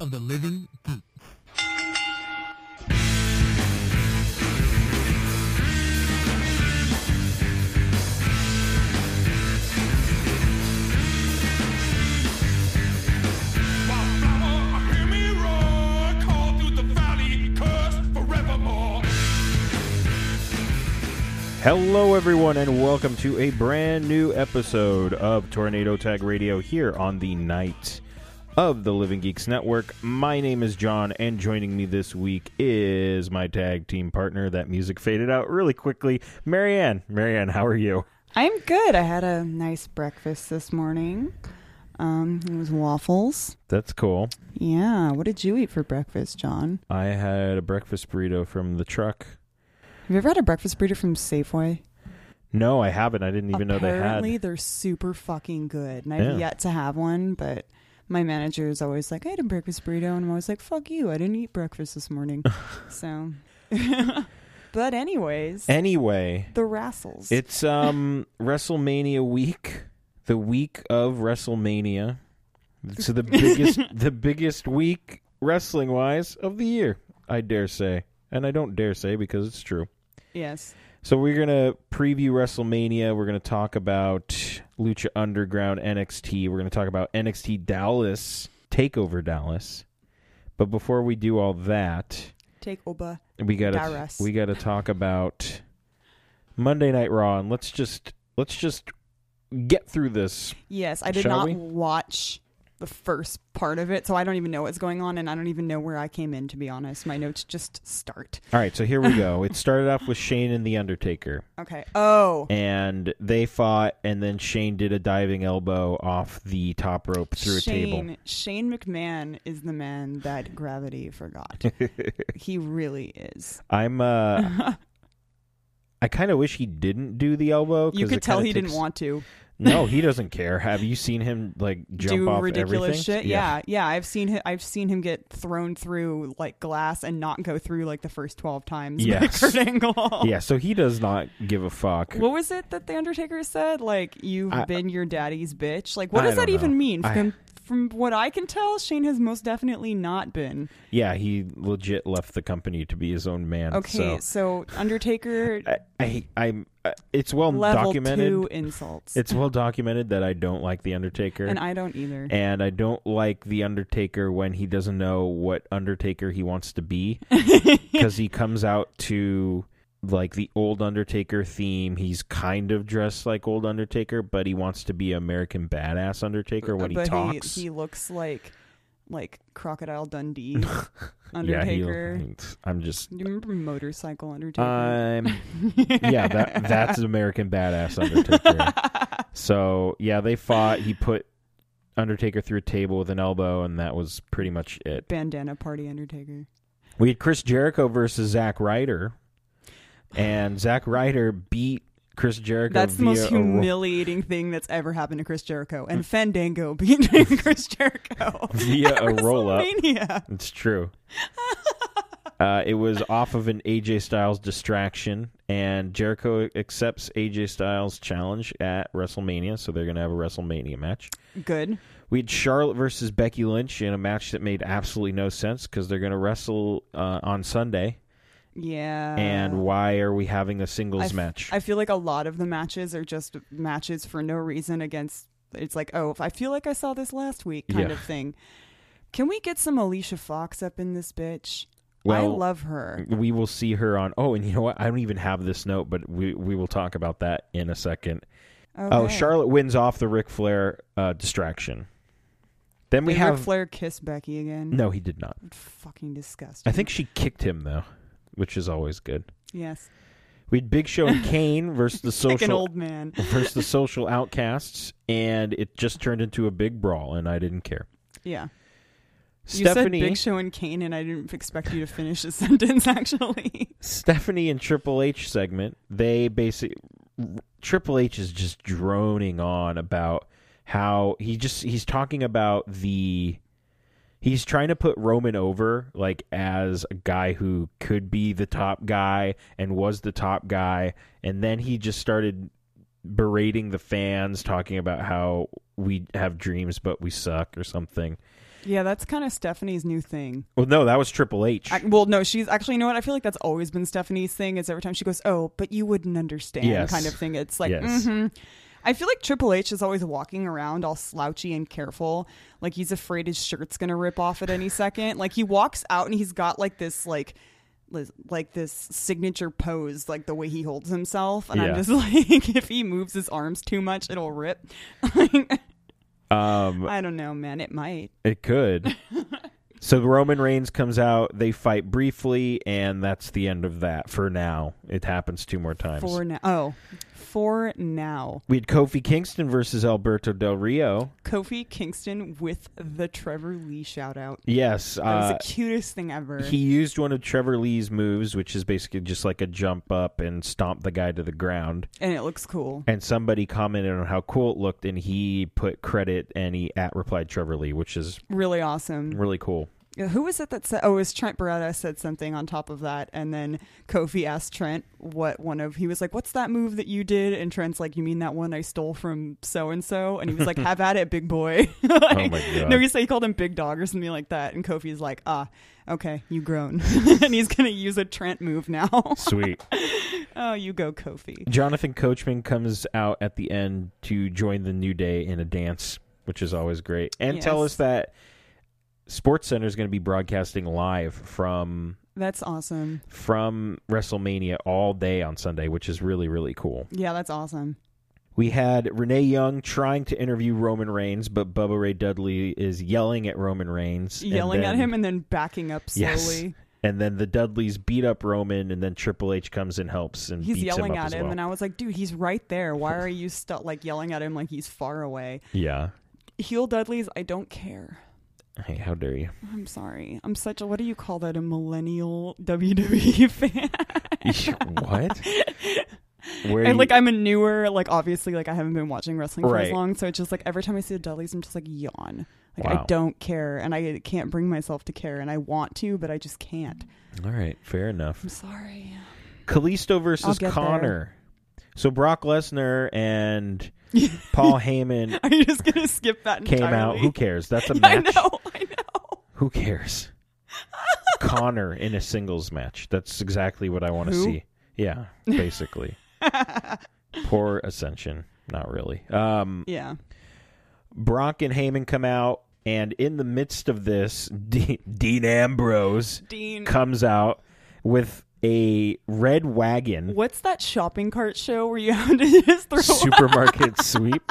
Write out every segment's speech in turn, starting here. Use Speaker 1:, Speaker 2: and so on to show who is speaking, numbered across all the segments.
Speaker 1: the living deep.
Speaker 2: Hello, everyone, and welcome to a brand new episode of Tornado Tag Radio here on the night of the Living Geeks Network. My name is John, and joining me this week is my tag team partner. That music faded out really quickly. Marianne, Marianne, how are you?
Speaker 3: I'm good. I had a nice breakfast this morning. Um, it was waffles.
Speaker 2: That's cool.
Speaker 3: Yeah. What did you eat for breakfast, John?
Speaker 2: I had a breakfast burrito from the truck.
Speaker 3: Have you ever had a breakfast burrito from Safeway?
Speaker 2: No, I haven't. I didn't even know they
Speaker 3: Apparently,
Speaker 2: had.
Speaker 3: they're super fucking good, and I've
Speaker 2: Yeah.
Speaker 3: yet to have one. But my manager is always like, "I had a breakfast burrito," and I'm always like, "Fuck you! I didn't eat breakfast this morning." so, but anyways,
Speaker 2: Anyway,
Speaker 3: the Rassles.
Speaker 2: It's um WrestleMania week, the week of WrestleMania. So the biggest the biggest week wrestling wise of the year, I dare say. And I don't dare say because it's true.
Speaker 3: yes.
Speaker 2: So we're gonna preview WrestleMania. We're gonna talk about Lucha Underground, NXT. We're gonna talk about NXT Dallas, Takeover Dallas. But before we do all that,
Speaker 3: Take Oba.
Speaker 2: we gotta
Speaker 3: Dallas.
Speaker 2: we gotta talk about Monday Night Raw and let's just let's just get through this.
Speaker 3: Yes, I did
Speaker 2: Shall
Speaker 3: not
Speaker 2: we?
Speaker 3: watch the first part of it, so I don't even know what's going on, and I don't even know where I came in. To be honest, my notes just start.
Speaker 2: All right, so here we go. it started off with Shane and the Undertaker,
Speaker 3: Okay. Oh,
Speaker 2: and they fought, and then Shane did a diving elbow off the top rope through a
Speaker 3: Shane
Speaker 2: table.
Speaker 3: Shane McMahon is the man that gravity forgot. he really is.
Speaker 2: I'm uh, I kind of wish he didn't do the elbow.
Speaker 3: You
Speaker 2: 'cause
Speaker 3: could
Speaker 2: it
Speaker 3: tell
Speaker 2: kinda
Speaker 3: he
Speaker 2: takes-
Speaker 3: didn't want to
Speaker 2: No, he doesn't care. Have you seen him like jump
Speaker 3: do
Speaker 2: off
Speaker 3: ridiculous
Speaker 2: everything?
Speaker 3: shit. Yeah. yeah, I've seen him. I've seen him get thrown through like glass and not go through like the first twelve times. Yeah,
Speaker 2: Yes.
Speaker 3: Kurt Angle.
Speaker 2: yeah. So he does not give a fuck.
Speaker 3: What was it that the Undertaker said? Like you've
Speaker 2: I-
Speaker 3: been your daddy's bitch. Like what
Speaker 2: I
Speaker 3: does that
Speaker 2: don't know.
Speaker 3: even mean?
Speaker 2: I-
Speaker 3: From, from what I can tell, Shane has most definitely not been.
Speaker 2: Yeah, he legit left the company to be his own man.
Speaker 3: Okay, so,
Speaker 2: so,
Speaker 3: Undertaker
Speaker 2: I, I, I'm. uh, it's well
Speaker 3: level
Speaker 2: documented.
Speaker 3: two insults,
Speaker 2: It's well documented that I don't like the Undertaker,
Speaker 3: and I don't either.
Speaker 2: and I don't like the Undertaker when he doesn't know what Undertaker he wants to be, because he comes out to like the old Undertaker theme. He's kind of dressed like old Undertaker, but he wants to be American badass Undertaker when
Speaker 3: but
Speaker 2: he talks.
Speaker 3: he, looks like like Crocodile Dundee Undertaker.
Speaker 2: Yeah, he, I'm just.
Speaker 3: Do you remember Motorcycle Undertaker?
Speaker 2: I'm Uh, yeah, that that's American badass Undertaker. so yeah, they fought. He put Undertaker through a table with an elbow, and that was pretty much it.
Speaker 3: Bandana Party Undertaker.
Speaker 2: We had Chris Jericho versus Zack Ryder, and Zack Ryder beat Chris Jericho.
Speaker 3: That's the
Speaker 2: via
Speaker 3: most
Speaker 2: a ro- Mm.
Speaker 3: humiliating thing that's ever happened to Chris Jericho. And Fandango beating Chris Jericho.
Speaker 2: Via
Speaker 3: at
Speaker 2: a roll-up.
Speaker 3: WrestleMania.
Speaker 2: It's true. Uh, it was off of an AJ Styles distraction, and Jericho accepts AJ Styles' challenge at WrestleMania, so they're going to have a WrestleMania match.
Speaker 3: Good.
Speaker 2: We had Charlotte versus Becky Lynch in a match that made absolutely no sense because they're going to wrestle uh, on Sunday.
Speaker 3: Yeah.
Speaker 2: and why are we having a singles
Speaker 3: Uh, I f-
Speaker 2: match?
Speaker 3: I feel like a lot of the matches are just matches for no reason against. It's like, oh, I feel like I saw this last week kind
Speaker 2: Yeah.
Speaker 3: of thing. Can we get some Alicia Fox up in this bitch? I
Speaker 2: Well,
Speaker 3: love her.
Speaker 2: we will see her on. Oh, and you know what? I don't even have this note, but we we will talk about that in a second. Oh,
Speaker 3: Okay.
Speaker 2: Charlotte wins off the Ric Flair uh, distraction. Then we
Speaker 3: Did
Speaker 2: have
Speaker 3: Ric Flair kiss Becky again.
Speaker 2: no, he did not.
Speaker 3: Fucking disgusting.
Speaker 2: I think she kicked him though, which is always good.
Speaker 3: yes.
Speaker 2: We had Big Show and Kane versus the
Speaker 3: Like an
Speaker 2: social
Speaker 3: old man.
Speaker 2: versus the social outcasts, and it just turned into a big brawl, and I didn't care.
Speaker 3: Yeah. You
Speaker 2: Stephanie,
Speaker 3: said Big Show and Kane, and I didn't expect you to finish the sentence. Actually,
Speaker 2: Stephanie and Triple H segment, they basically Triple H is just droning on about how he just he's talking about the he's trying to put Roman over like as a guy who could be the top guy and was the top guy and then he just started berating the fans talking about how we have dreams but we suck or something.
Speaker 3: Yeah, that's kind of Stephanie's new thing.
Speaker 2: Well, no, that was Triple H.
Speaker 3: I, well, no, she's actually, you know what? I feel like that's always been Stephanie's thing. Is every time she goes, "Oh, but you wouldn't understand,"
Speaker 2: Yes.
Speaker 3: kind of thing. It's like,
Speaker 2: Yes.
Speaker 3: hmm I feel like Triple H is always walking around all slouchy and careful, like he's afraid his shirt's gonna rip off at any second. Like he walks out and he's got like this, like. li- Like this signature pose, like the way he holds himself, and
Speaker 2: Yeah.
Speaker 3: I'm just like, if he moves his arms too much, it'll rip.
Speaker 2: um,
Speaker 3: I don't know, man. It might.
Speaker 2: it could. so Roman Reigns comes out. They fight briefly, and that's the end of that for now. It happens two more times.
Speaker 3: For now. Oh, for now.
Speaker 2: We had Kofi Kingston versus Alberto Del Rio.
Speaker 3: Kofi Kingston with the Trevor Lee shout out.
Speaker 2: Yes,
Speaker 3: That was
Speaker 2: uh,
Speaker 3: the cutest thing ever.
Speaker 2: he used one of Trevor Lee's moves, which is basically just like a jump up and stomp the guy to the ground.
Speaker 3: and it looks cool.
Speaker 2: And somebody commented on how cool it looked, and he put credit and he at replied Trevor Lee, which is
Speaker 3: Really awesome.
Speaker 2: really cool.
Speaker 3: Yeah, Who was it that said? Oh, it was Trent Beretta said something on top of that, and then Kofi asked Trent what one of he was like, "What's that move that you did?" And Trent's like, "You mean that one I stole from so and so?" And he was like, "Have at it, big boy."
Speaker 2: Oh my god!
Speaker 3: No, he said he called him Big Dog or something like that, and Kofi's like, "Ah, okay, you grown," and he's gonna use a Trent move now.
Speaker 2: Sweet.
Speaker 3: oh, you go, Kofi.
Speaker 2: Jonathan Coachman comes out at the end to join the New Day in a dance, which is always great. And tell
Speaker 3: Yes.
Speaker 2: us that Sports Center is going to be broadcasting live from
Speaker 3: That's awesome.
Speaker 2: from WrestleMania all day on Sunday, which is really really cool.
Speaker 3: Yeah, that's awesome.
Speaker 2: We had Renee Young trying to interview Roman Reigns, but Bubba Ray Dudley is yelling at Roman Reigns, and
Speaker 3: Yelling at
Speaker 2: then-
Speaker 3: him and then backing up slowly.
Speaker 2: Yes. And then the Dudleys beat up Roman, and then Triple H comes and helps and
Speaker 3: He's
Speaker 2: beats
Speaker 3: yelling
Speaker 2: him up
Speaker 3: at
Speaker 2: as
Speaker 3: him,
Speaker 2: well.
Speaker 3: and I was like, "Dude, he's right there. Why are you stuck like yelling at him like he's far away?"
Speaker 2: yeah.
Speaker 3: Heel Dudley's, I don't care.
Speaker 2: Hey, how dare you?
Speaker 3: I'm sorry. I'm such a what do you call that? A millennial WWE fan.
Speaker 2: what? Where
Speaker 3: And
Speaker 2: you-
Speaker 3: like I'm a newer, like obviously, like I haven't been watching wrestling for as
Speaker 2: Right.
Speaker 3: long, so it's just like every time I see the Dudleys, I'm just like yawn. Like
Speaker 2: Wow.
Speaker 3: I don't care, and I can't bring myself to care, and I want to, but I just can't.
Speaker 2: All right, fair enough.
Speaker 3: I'm sorry.
Speaker 2: Kalisto
Speaker 3: I'll
Speaker 2: versus
Speaker 3: get
Speaker 2: Connor. So Brock Lesnar and Paul Heyman
Speaker 3: Are you just gonna skip that?
Speaker 2: came
Speaker 3: entirely?
Speaker 2: out. Who cares? That's a
Speaker 3: Yeah, I
Speaker 2: match.
Speaker 3: know. I know.
Speaker 2: Who cares? Connor in a singles match. That's exactly what I want to
Speaker 3: Who?
Speaker 2: see. Yeah, basically. Poor Ascension. Not really. Um,
Speaker 3: Yeah.
Speaker 2: Brock and Heyman come out, and in the midst of this, Dean, Dean Ambrose
Speaker 3: Dean.
Speaker 2: comes out with a red wagon
Speaker 3: What's that shopping cart show where you have to just throw
Speaker 2: supermarket sweep.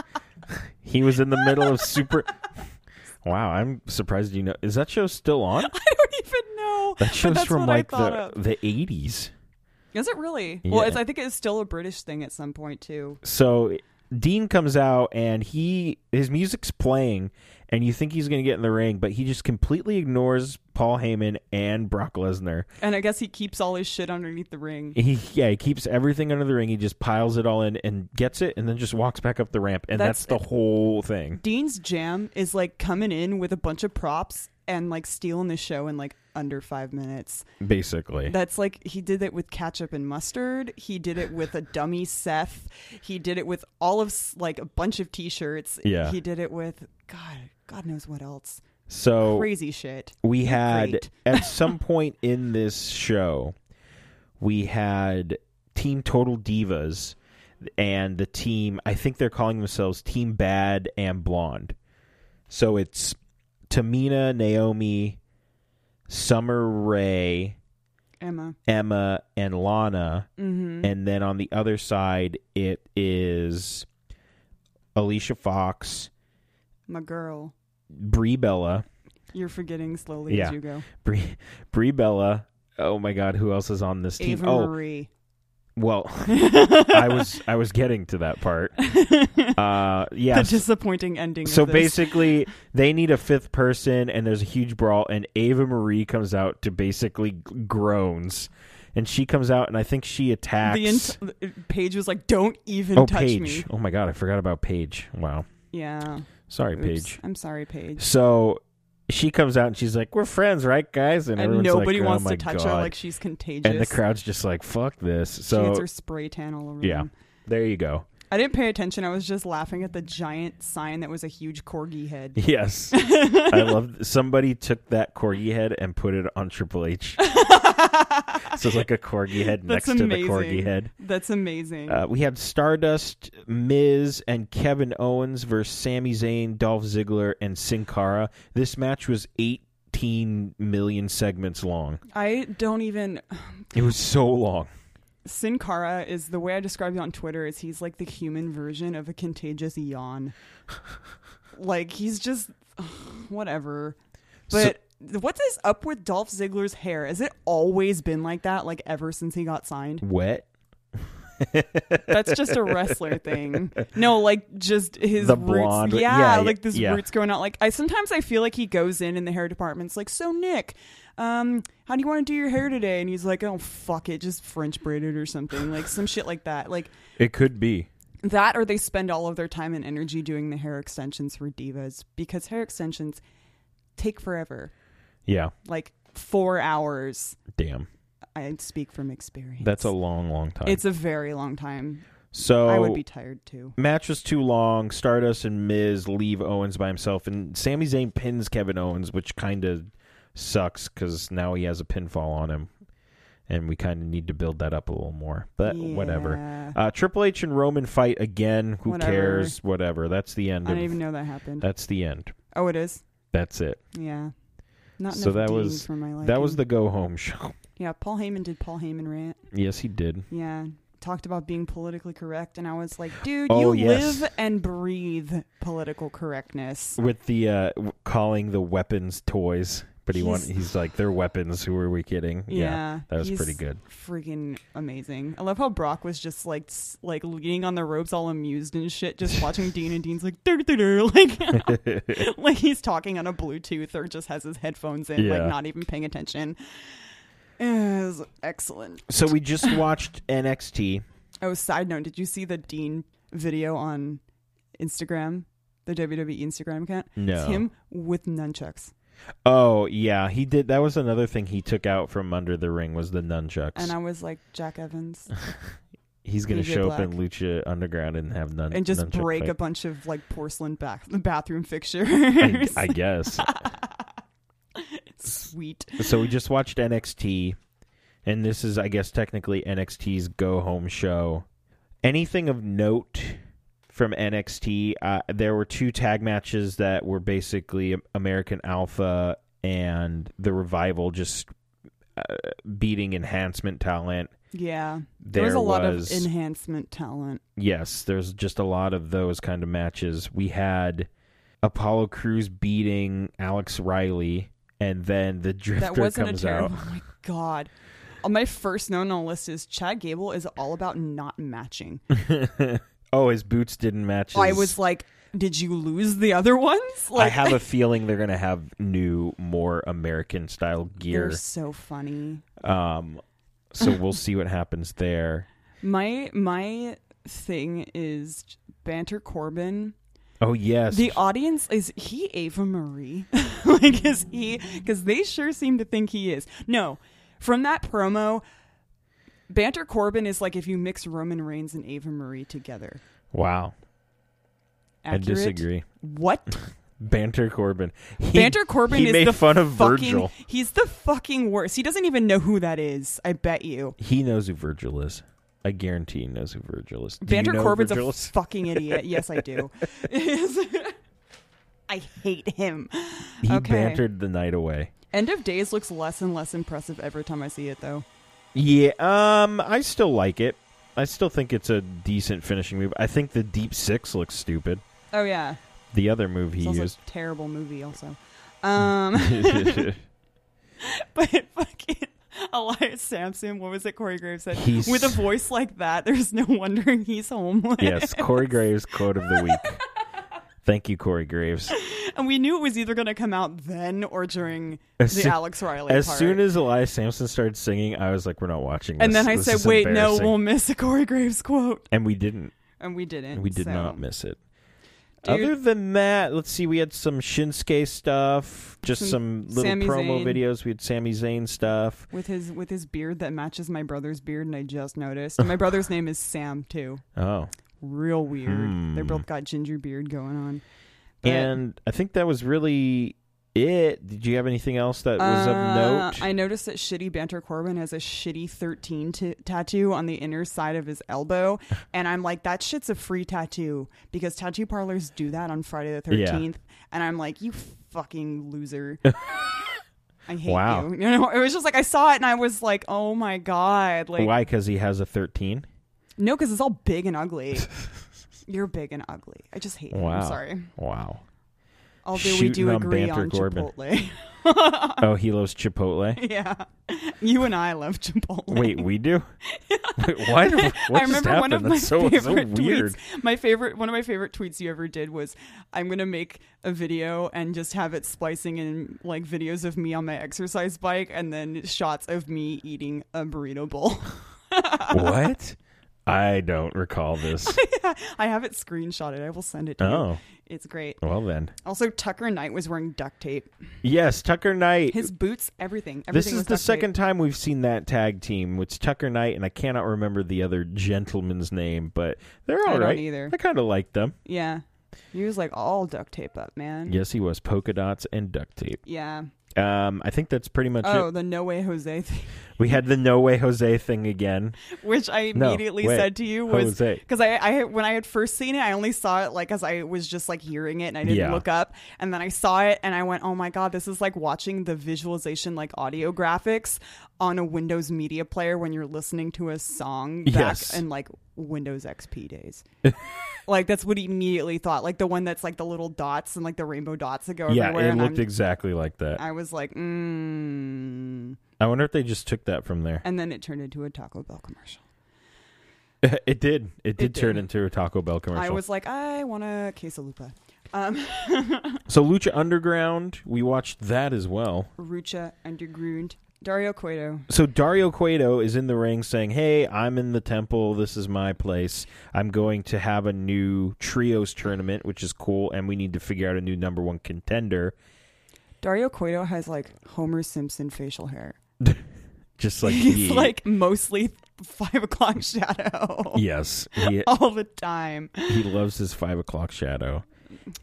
Speaker 2: He was in the middle of super. Wow, I'm surprised you know. Is that show still on?
Speaker 3: I don't even know.
Speaker 2: That
Speaker 3: but
Speaker 2: show's
Speaker 3: that's
Speaker 2: from
Speaker 3: what
Speaker 2: like
Speaker 3: I thought
Speaker 2: the
Speaker 3: of.
Speaker 2: the 80s.
Speaker 3: Is it really? Well,
Speaker 2: Yeah.
Speaker 3: it's, I think it's still a British thing at some point too.
Speaker 2: So Dean comes out and he his music's playing, and you think he's going to get in the ring, but he just completely ignores Paul Heyman and Brock Lesnar.
Speaker 3: And I guess he keeps all his shit underneath the ring.
Speaker 2: He yeah he keeps everything under the ring. He just piles it all in and gets it, and then just walks back up the ramp, and that's,
Speaker 3: That's-
Speaker 2: the whole thing.
Speaker 3: Dean's jam is like coming in with a bunch of props and like stealing the show in like under five minutes.
Speaker 2: Basically,
Speaker 3: That's like he did it with ketchup and mustard. He did it with a dummy Seth. He did it with all of s- like a bunch of t-shirts.
Speaker 2: Yeah.
Speaker 3: He did it with God, God knows what else.
Speaker 2: so
Speaker 3: Crazy shit.
Speaker 2: we had
Speaker 3: Great.
Speaker 2: at some point in this show we had team total divas and the team i think they're calling themselves team bad and blonde so it's tamina naomi summer ray
Speaker 3: Emma.
Speaker 2: emma and lana
Speaker 3: Mm-hmm.
Speaker 2: and then on the other side it is alicia fox
Speaker 3: My girl.
Speaker 2: brie bella
Speaker 3: You're forgetting slowly
Speaker 2: Yeah.
Speaker 3: as you go.
Speaker 2: brie, brie bella oh my god who else is on this team
Speaker 3: Ava
Speaker 2: oh
Speaker 3: Marie.
Speaker 2: Well, I was I was getting to that part. Uh, yeah.
Speaker 3: The disappointing ending.
Speaker 2: So
Speaker 3: of this.
Speaker 2: basically, they need a fifth person, and there's a huge brawl, and Ava Marie comes out to basically groans, and she comes out, and I think she attacks.
Speaker 3: the int- the- Paige was like, "Don't even
Speaker 2: oh,
Speaker 3: touch
Speaker 2: Paige!
Speaker 3: me."
Speaker 2: Oh my God, I forgot about Paige. Wow,
Speaker 3: Yeah.
Speaker 2: sorry,
Speaker 3: Oops.
Speaker 2: Paige.
Speaker 3: I'm sorry, Paige.
Speaker 2: So she comes out, and she's like, "We're friends, right, guys?" And,
Speaker 3: And
Speaker 2: everyone's
Speaker 3: nobody
Speaker 2: like,
Speaker 3: wants
Speaker 2: oh my
Speaker 3: to touch
Speaker 2: God.
Speaker 3: her. Like she's contagious.
Speaker 2: and the crowd's just like, "Fuck this!"
Speaker 3: she
Speaker 2: So
Speaker 3: gets her spray tan all over.
Speaker 2: Yeah.
Speaker 3: them.
Speaker 2: there you go.
Speaker 3: I didn't pay attention. I was just laughing at the giant sign that was a huge corgi head.
Speaker 2: Yes. I love somebody took that corgi head and put it on Triple H. so it's like a corgi head
Speaker 3: That's
Speaker 2: next
Speaker 3: amazing.
Speaker 2: to the corgi head.
Speaker 3: That's amazing.
Speaker 2: Uh, we had Stardust, Miz, and Kevin Owens versus Sami Zayn, Dolph Ziggler, and Sin Cara. This match was 18 million segments long.
Speaker 3: I don't even.
Speaker 2: It was so long.
Speaker 3: Sin Cara is the way I described it on Twitter. Is he's like the human version of a contagious yawn. like he's just whatever. But what is up with Dolph Ziggler's hair? Has it always been like that? Like ever since he got signed?
Speaker 2: Wet.
Speaker 3: That's just a wrestler thing. No, like just his
Speaker 2: The
Speaker 3: roots.
Speaker 2: blonde-
Speaker 3: yeah,
Speaker 2: yeah, yeah,
Speaker 3: like this
Speaker 2: yeah.
Speaker 3: roots going out. Like I sometimes I feel like he goes in in the hair department's like, so Nick, um, how do you want to do your hair today? And he's like, oh fuck it, just French braided or something, like some shit like that. Like
Speaker 2: It could be.
Speaker 3: that, or they spend all of their time and energy doing the hair extensions for divas because hair extensions take forever,
Speaker 2: Yeah.
Speaker 3: like four hours.
Speaker 2: Damn.
Speaker 3: I speak from experience.
Speaker 2: That's a long, long time.
Speaker 3: It's a very long time.
Speaker 2: so
Speaker 3: I would be tired too.
Speaker 2: match was too long. Stardust and Miz leave Owens by himself, and Sami Zayn pins Kevin Owens, which kind of sucks because now he has a pinfall on him, and we kind of need to build that up a little more. But whatever.
Speaker 3: Yeah.
Speaker 2: Uh, Triple H and Roman fight again. Who
Speaker 3: Whatever.
Speaker 2: cares? Whatever. That's the end.
Speaker 3: I
Speaker 2: Of,
Speaker 3: didn't even know that happened.
Speaker 2: That's the end.
Speaker 3: oh, it is.
Speaker 2: That's it.
Speaker 3: Yeah. Not
Speaker 2: So
Speaker 3: enough
Speaker 2: that
Speaker 3: Dean
Speaker 2: was-
Speaker 3: for my life.
Speaker 2: That was the go home show.
Speaker 3: yeah. Paul Heyman did Paul Heyman rant.
Speaker 2: yes, he did.
Speaker 3: Yeah, talked about being politically correct, and I was like, dude,
Speaker 2: Oh,
Speaker 3: you
Speaker 2: yes.
Speaker 3: live and breathe political correctness.
Speaker 2: with the uh w- calling the weapons toys but he want
Speaker 3: He's-
Speaker 2: he's like they're weapons who are we kidding
Speaker 3: Yeah,
Speaker 2: that was
Speaker 3: he's
Speaker 2: pretty good
Speaker 3: Freaking amazing! I love how Brock was just like s- like leaning on the ropes, all amused and shit, just watching Dean, and Dean's like, "Dur, dur, dur," like like he's talking on a Bluetooth or just has his headphones in,
Speaker 2: Yeah.
Speaker 3: like not even paying attention. It was excellent.
Speaker 2: so we just watched nxt
Speaker 3: Oh, side note, did you see the Dean video on Instagram? The WWE Instagram account?
Speaker 2: no
Speaker 3: It's him with nunchucks.
Speaker 2: oh yeah he did that was another thing he took out from under the ring was the nunchucks
Speaker 3: And I was like, Jack Evans.
Speaker 2: he's gonna
Speaker 3: PJ
Speaker 2: show up
Speaker 3: Black.
Speaker 2: in lucha underground and have nun-
Speaker 3: And just
Speaker 2: nunchuck
Speaker 3: break
Speaker 2: fight.
Speaker 3: a bunch of like porcelain back- bathroom fixtures.
Speaker 2: I, I guess
Speaker 3: Sweet.
Speaker 2: so we just watched nxt and this is i guess technically nxt's go home show anything of note from NXT. Uh, there were two tag matches that were basically American Alpha and the Revival just uh, beating enhancement talent.
Speaker 3: Yeah.
Speaker 2: There
Speaker 3: There was a lot
Speaker 2: was-
Speaker 3: of enhancement talent.
Speaker 2: yes, there's just a lot of those kind of matches. We had Apollo Crews beating Alex Riley, and then the Drifter
Speaker 3: That wasn't a
Speaker 2: comes
Speaker 3: terrible.
Speaker 2: out.
Speaker 3: Oh my God. Uh, My first known on the list is Chad Gable is all about not matching.
Speaker 2: oh, his boots didn't match.
Speaker 3: Oh, I
Speaker 2: his-
Speaker 3: was like, did you lose the other ones? Like,
Speaker 2: I have a feeling they're gonna have new, more American style gear.
Speaker 3: They're so funny.
Speaker 2: Um, so we'll see what happens there.
Speaker 3: My my thing is banter Corbin.
Speaker 2: Oh yes,
Speaker 3: The audience is he Ava Marie? like is he? Because they sure seem to think he is. No, from that promo, banter Corbin is like if you mix Roman Reigns and Ava Marie together.
Speaker 2: wow.
Speaker 3: Accurate?
Speaker 2: I disagree.
Speaker 3: What?
Speaker 2: Banter Corbin. He-
Speaker 3: Banter Corbin
Speaker 2: he
Speaker 3: is
Speaker 2: made
Speaker 3: the
Speaker 2: fun of
Speaker 3: fucking,
Speaker 2: Virgil.
Speaker 3: He's the fucking worst. He doesn't even know who that is. I bet you.
Speaker 2: He knows who Virgil is. I guarantee he knows who Virgil is. Do
Speaker 3: Banter
Speaker 2: you know
Speaker 3: Corbin's
Speaker 2: Virgil
Speaker 3: a
Speaker 2: is?
Speaker 3: fucking idiot. Yes, I do. I hate him.
Speaker 2: he
Speaker 3: okay.
Speaker 2: bantered the night away.
Speaker 3: End of Days looks less and less impressive every time I see it, though.
Speaker 2: Yeah. Um. I still like it. I still think it's a decent finishing move. I think the deep six looks stupid.
Speaker 3: Oh yeah,
Speaker 2: The other move
Speaker 3: it's
Speaker 2: he
Speaker 3: also
Speaker 2: used.
Speaker 3: a terrible movie. Also,
Speaker 2: Mm.
Speaker 3: um, but fucking Elias Sampson, what was it? Corey Graves said
Speaker 2: He's-
Speaker 3: with a voice like that. There's no wonder he's homeless.
Speaker 2: yes, Corey Graves quote of the week. Thank you, Corey Graves.
Speaker 3: and we knew it was either going to come out then or during
Speaker 2: As
Speaker 3: the
Speaker 2: soo-
Speaker 3: Alex Riley.
Speaker 2: As
Speaker 3: part.
Speaker 2: soon as Elias Sampson started singing, I was like, "We're not watching." This.
Speaker 3: and then I
Speaker 2: This
Speaker 3: said,
Speaker 2: is
Speaker 3: "Wait, no,
Speaker 2: embarrassing."
Speaker 3: we'll miss a Corey Graves quote,"
Speaker 2: and we didn't.
Speaker 3: and we didn't.
Speaker 2: We did
Speaker 3: so.
Speaker 2: not miss it.
Speaker 3: Dude.
Speaker 2: Other than that, let's see. We had some Shinsuke stuff, just some,
Speaker 3: Some
Speaker 2: little
Speaker 3: Sami
Speaker 2: promo
Speaker 3: Zayn.
Speaker 2: videos. We had Sami Zayn stuff.
Speaker 3: With his with his beard that matches my brother's beard, and I just noticed. And my brother's name is Sam too.
Speaker 2: Oh,
Speaker 3: real weird.
Speaker 2: Hmm.
Speaker 3: They both got ginger beard going on.
Speaker 2: and I think that was really it. Did you have anything else that was
Speaker 3: Uh,
Speaker 2: of note?
Speaker 3: I noticed that Shitty Banter Corbin has a shitty 13 t- tattoo on the inner side of his elbow. And I'm like, that shit's a free tattoo because tattoo parlors do that on Friday the 13th. And I'm like, you fucking loser. I hate
Speaker 2: Wow.
Speaker 3: you. You know, it was just like, I saw it and I was like, oh my God. Like,
Speaker 2: Why? Because he has a thirteen.
Speaker 3: no, because it's all big and ugly. You're big and ugly. I just hate it.
Speaker 2: Wow.
Speaker 3: I'm sorry.
Speaker 2: Wow.
Speaker 3: Although we
Speaker 2: Shooting
Speaker 3: do
Speaker 2: on
Speaker 3: agree
Speaker 2: Banter
Speaker 3: on
Speaker 2: Corbin.
Speaker 3: Chipotle.
Speaker 2: Oh, he loves Chipotle.
Speaker 3: yeah. You and I love Chipotle.
Speaker 2: Wait, we do. Wait, what? What
Speaker 3: I
Speaker 2: just
Speaker 3: remember one
Speaker 2: happened?
Speaker 3: of my
Speaker 2: That's so,
Speaker 3: favorite
Speaker 2: so weird.
Speaker 3: tweets. My favorite one of my favorite tweets you ever did was I'm gonna make a video and just have it splicing in like videos of me on my exercise bike and then shots of me eating a burrito bowl.
Speaker 2: what? I don't recall this.
Speaker 3: I have it screenshotted. I will send it to you.
Speaker 2: oh,
Speaker 3: It's great.
Speaker 2: well then.
Speaker 3: Also, Tucker Knight was wearing duct tape.
Speaker 2: Yes, Tucker Knight.
Speaker 3: His boots, everything. everything
Speaker 2: this
Speaker 3: was
Speaker 2: is the
Speaker 3: duct tape.
Speaker 2: second time we've seen that tag team. It's Tucker Knight, and I cannot remember the other gentleman's name, but they're
Speaker 3: I
Speaker 2: all
Speaker 3: don't
Speaker 2: right.
Speaker 3: either.
Speaker 2: I kind of like them.
Speaker 3: Yeah. He was like all duct tape up, man.
Speaker 2: Yes, he was polka dots and duct tape.
Speaker 3: Yeah.
Speaker 2: Um, I think that's pretty much
Speaker 3: Oh,
Speaker 2: it.
Speaker 3: the No Way Jose thing,
Speaker 2: We had the No Way Jose thing again.
Speaker 3: which I
Speaker 2: No,
Speaker 3: immediately
Speaker 2: wait.
Speaker 3: said to you was
Speaker 2: Jose.
Speaker 3: because I, I when I had first seen it, I only saw it like as I was just like hearing it and I didn't
Speaker 2: Yeah.
Speaker 3: look up, and then I saw it and I went, oh my god, this is like watching the visualization like audio graphics on a Windows Media Player when you're listening to a song back
Speaker 2: Yes.
Speaker 3: in like Windows XP days. like that's what he immediately thought, like the one that's like the little dots and like the rainbow dots that go
Speaker 2: Yeah,
Speaker 3: everywhere.
Speaker 2: it
Speaker 3: and
Speaker 2: looked
Speaker 3: I'm-
Speaker 2: exactly like that.
Speaker 3: I was like, mm.
Speaker 2: I wonder if they just took that from there.
Speaker 3: and then it turned into a Taco Bell commercial.
Speaker 2: it did. It did
Speaker 3: did.
Speaker 2: turn into a Taco Bell commercial.
Speaker 3: I was like, I want a quesalupa. Um,
Speaker 2: So Lucha Underground, we watched that as well.
Speaker 3: Rucha Underground. Dario Cueto.
Speaker 2: So Dario Cueto is in the ring saying, "Hey, I'm in the temple. This is my place. I'm going to have a new trios tournament, which is cool, and we need to figure out a new number one contender."
Speaker 3: Dario Cueto has like Homer Simpson facial hair.
Speaker 2: Just like
Speaker 3: He's
Speaker 2: he-
Speaker 3: like mostly five o'clock shadow
Speaker 2: yes, he,
Speaker 3: all the time.
Speaker 2: he loves his five o'clock shadow.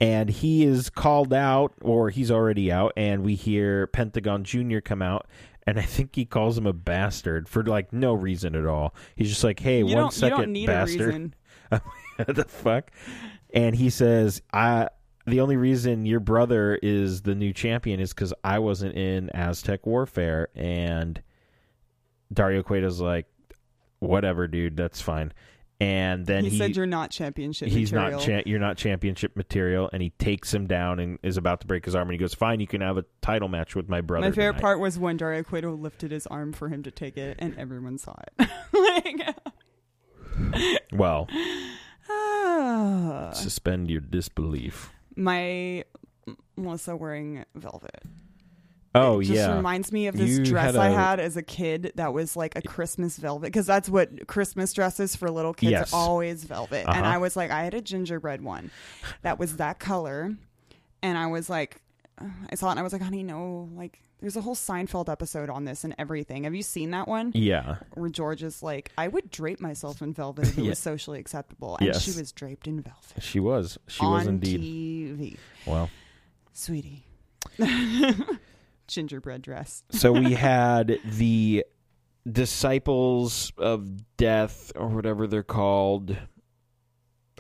Speaker 2: And he is called out, or he's already out, and we hear Pentagon Jr. come out, and I think he calls him a bastard for like no reason at all. He's just like, hey,
Speaker 3: you
Speaker 2: one
Speaker 3: don't.
Speaker 2: second,
Speaker 3: you don't need
Speaker 2: bastard.
Speaker 3: a reason.
Speaker 2: What the fuck? And he says, I the only reason your brother is the new champion is because I wasn't in Aztec Warfare. And Dario Cueto's like, whatever, dude, that's fine. And then
Speaker 3: he,
Speaker 2: he,
Speaker 3: said you're not championship
Speaker 2: he's
Speaker 3: material.
Speaker 2: not cha- you're not championship material, and he takes him down and is about to break his arm, and he goes, fine, you can have a title match with my brother.
Speaker 3: My favorite
Speaker 2: tonight."
Speaker 3: part was when Dario Cueto lifted his arm for him to take it, and everyone saw it. like,
Speaker 2: Well,
Speaker 3: ah.
Speaker 2: suspend your disbelief.
Speaker 3: my Melissa wearing velvet.
Speaker 2: Oh
Speaker 3: It just
Speaker 2: yeah,
Speaker 3: reminds me of this
Speaker 2: You
Speaker 3: dress
Speaker 2: had
Speaker 3: I
Speaker 2: a-
Speaker 3: had as a kid that was like a Christmas velvet because that's what Christmas dresses for little kids
Speaker 2: Yes.
Speaker 3: are always velvet. And
Speaker 2: Uh-huh.
Speaker 3: I was like, I had a gingerbread one that was that color, and I was like, I saw it and I was like, honey, no, like. There's a whole Seinfeld episode on this and everything. Have you seen that one?
Speaker 2: yeah.
Speaker 3: Where George is like, I would drape myself in velvet if it
Speaker 2: Yeah.
Speaker 3: was socially acceptable. And
Speaker 2: Yes.
Speaker 3: she was draped in velvet.
Speaker 2: She was. She
Speaker 3: on
Speaker 2: was indeed.
Speaker 3: TV.
Speaker 2: Well.
Speaker 3: Sweetie. Gingerbread dress.
Speaker 2: so we had the disciples of death or whatever they're called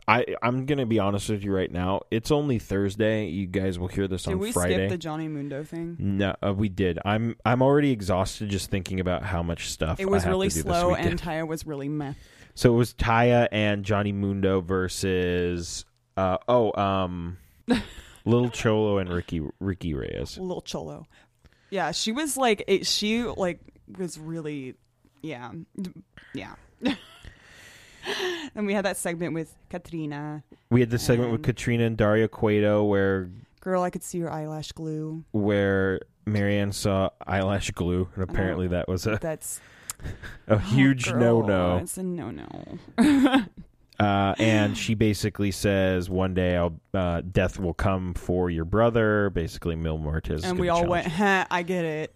Speaker 2: i i'm gonna be honest with you right now it's only thursday you guys will hear this
Speaker 3: Did
Speaker 2: on
Speaker 3: we
Speaker 2: friday
Speaker 3: skip the Johnny Mundo thing?
Speaker 2: no uh, we did i'm i'm already exhausted just thinking about how much stuff
Speaker 3: It was
Speaker 2: I have
Speaker 3: really
Speaker 2: to do this
Speaker 3: slow,
Speaker 2: weekend.
Speaker 3: and Taya was really meh.
Speaker 2: so it was taya and johnny mundo versus uh oh um little cholo and ricky ricky reyes
Speaker 3: Little cholo. Yeah, she was like, it, she like was really, yeah, D- yeah. and we had that segment with Katrina.
Speaker 2: we had the segment with
Speaker 3: Um,
Speaker 2: katrina and daria cueto where
Speaker 3: Girl, I could see your eyelash glue.
Speaker 2: where Marianne saw eyelash glue, and apparently that was a,
Speaker 3: That's
Speaker 2: a
Speaker 3: oh,
Speaker 2: huge
Speaker 3: girl,
Speaker 2: no
Speaker 3: It's a no no.
Speaker 2: no. Uh, and she basically says, "One day, I'll, uh, death will come for your brother." Basically, Mil Muertes. is
Speaker 3: And
Speaker 2: gonna
Speaker 3: we all
Speaker 2: challenge
Speaker 3: went, huh, I get it.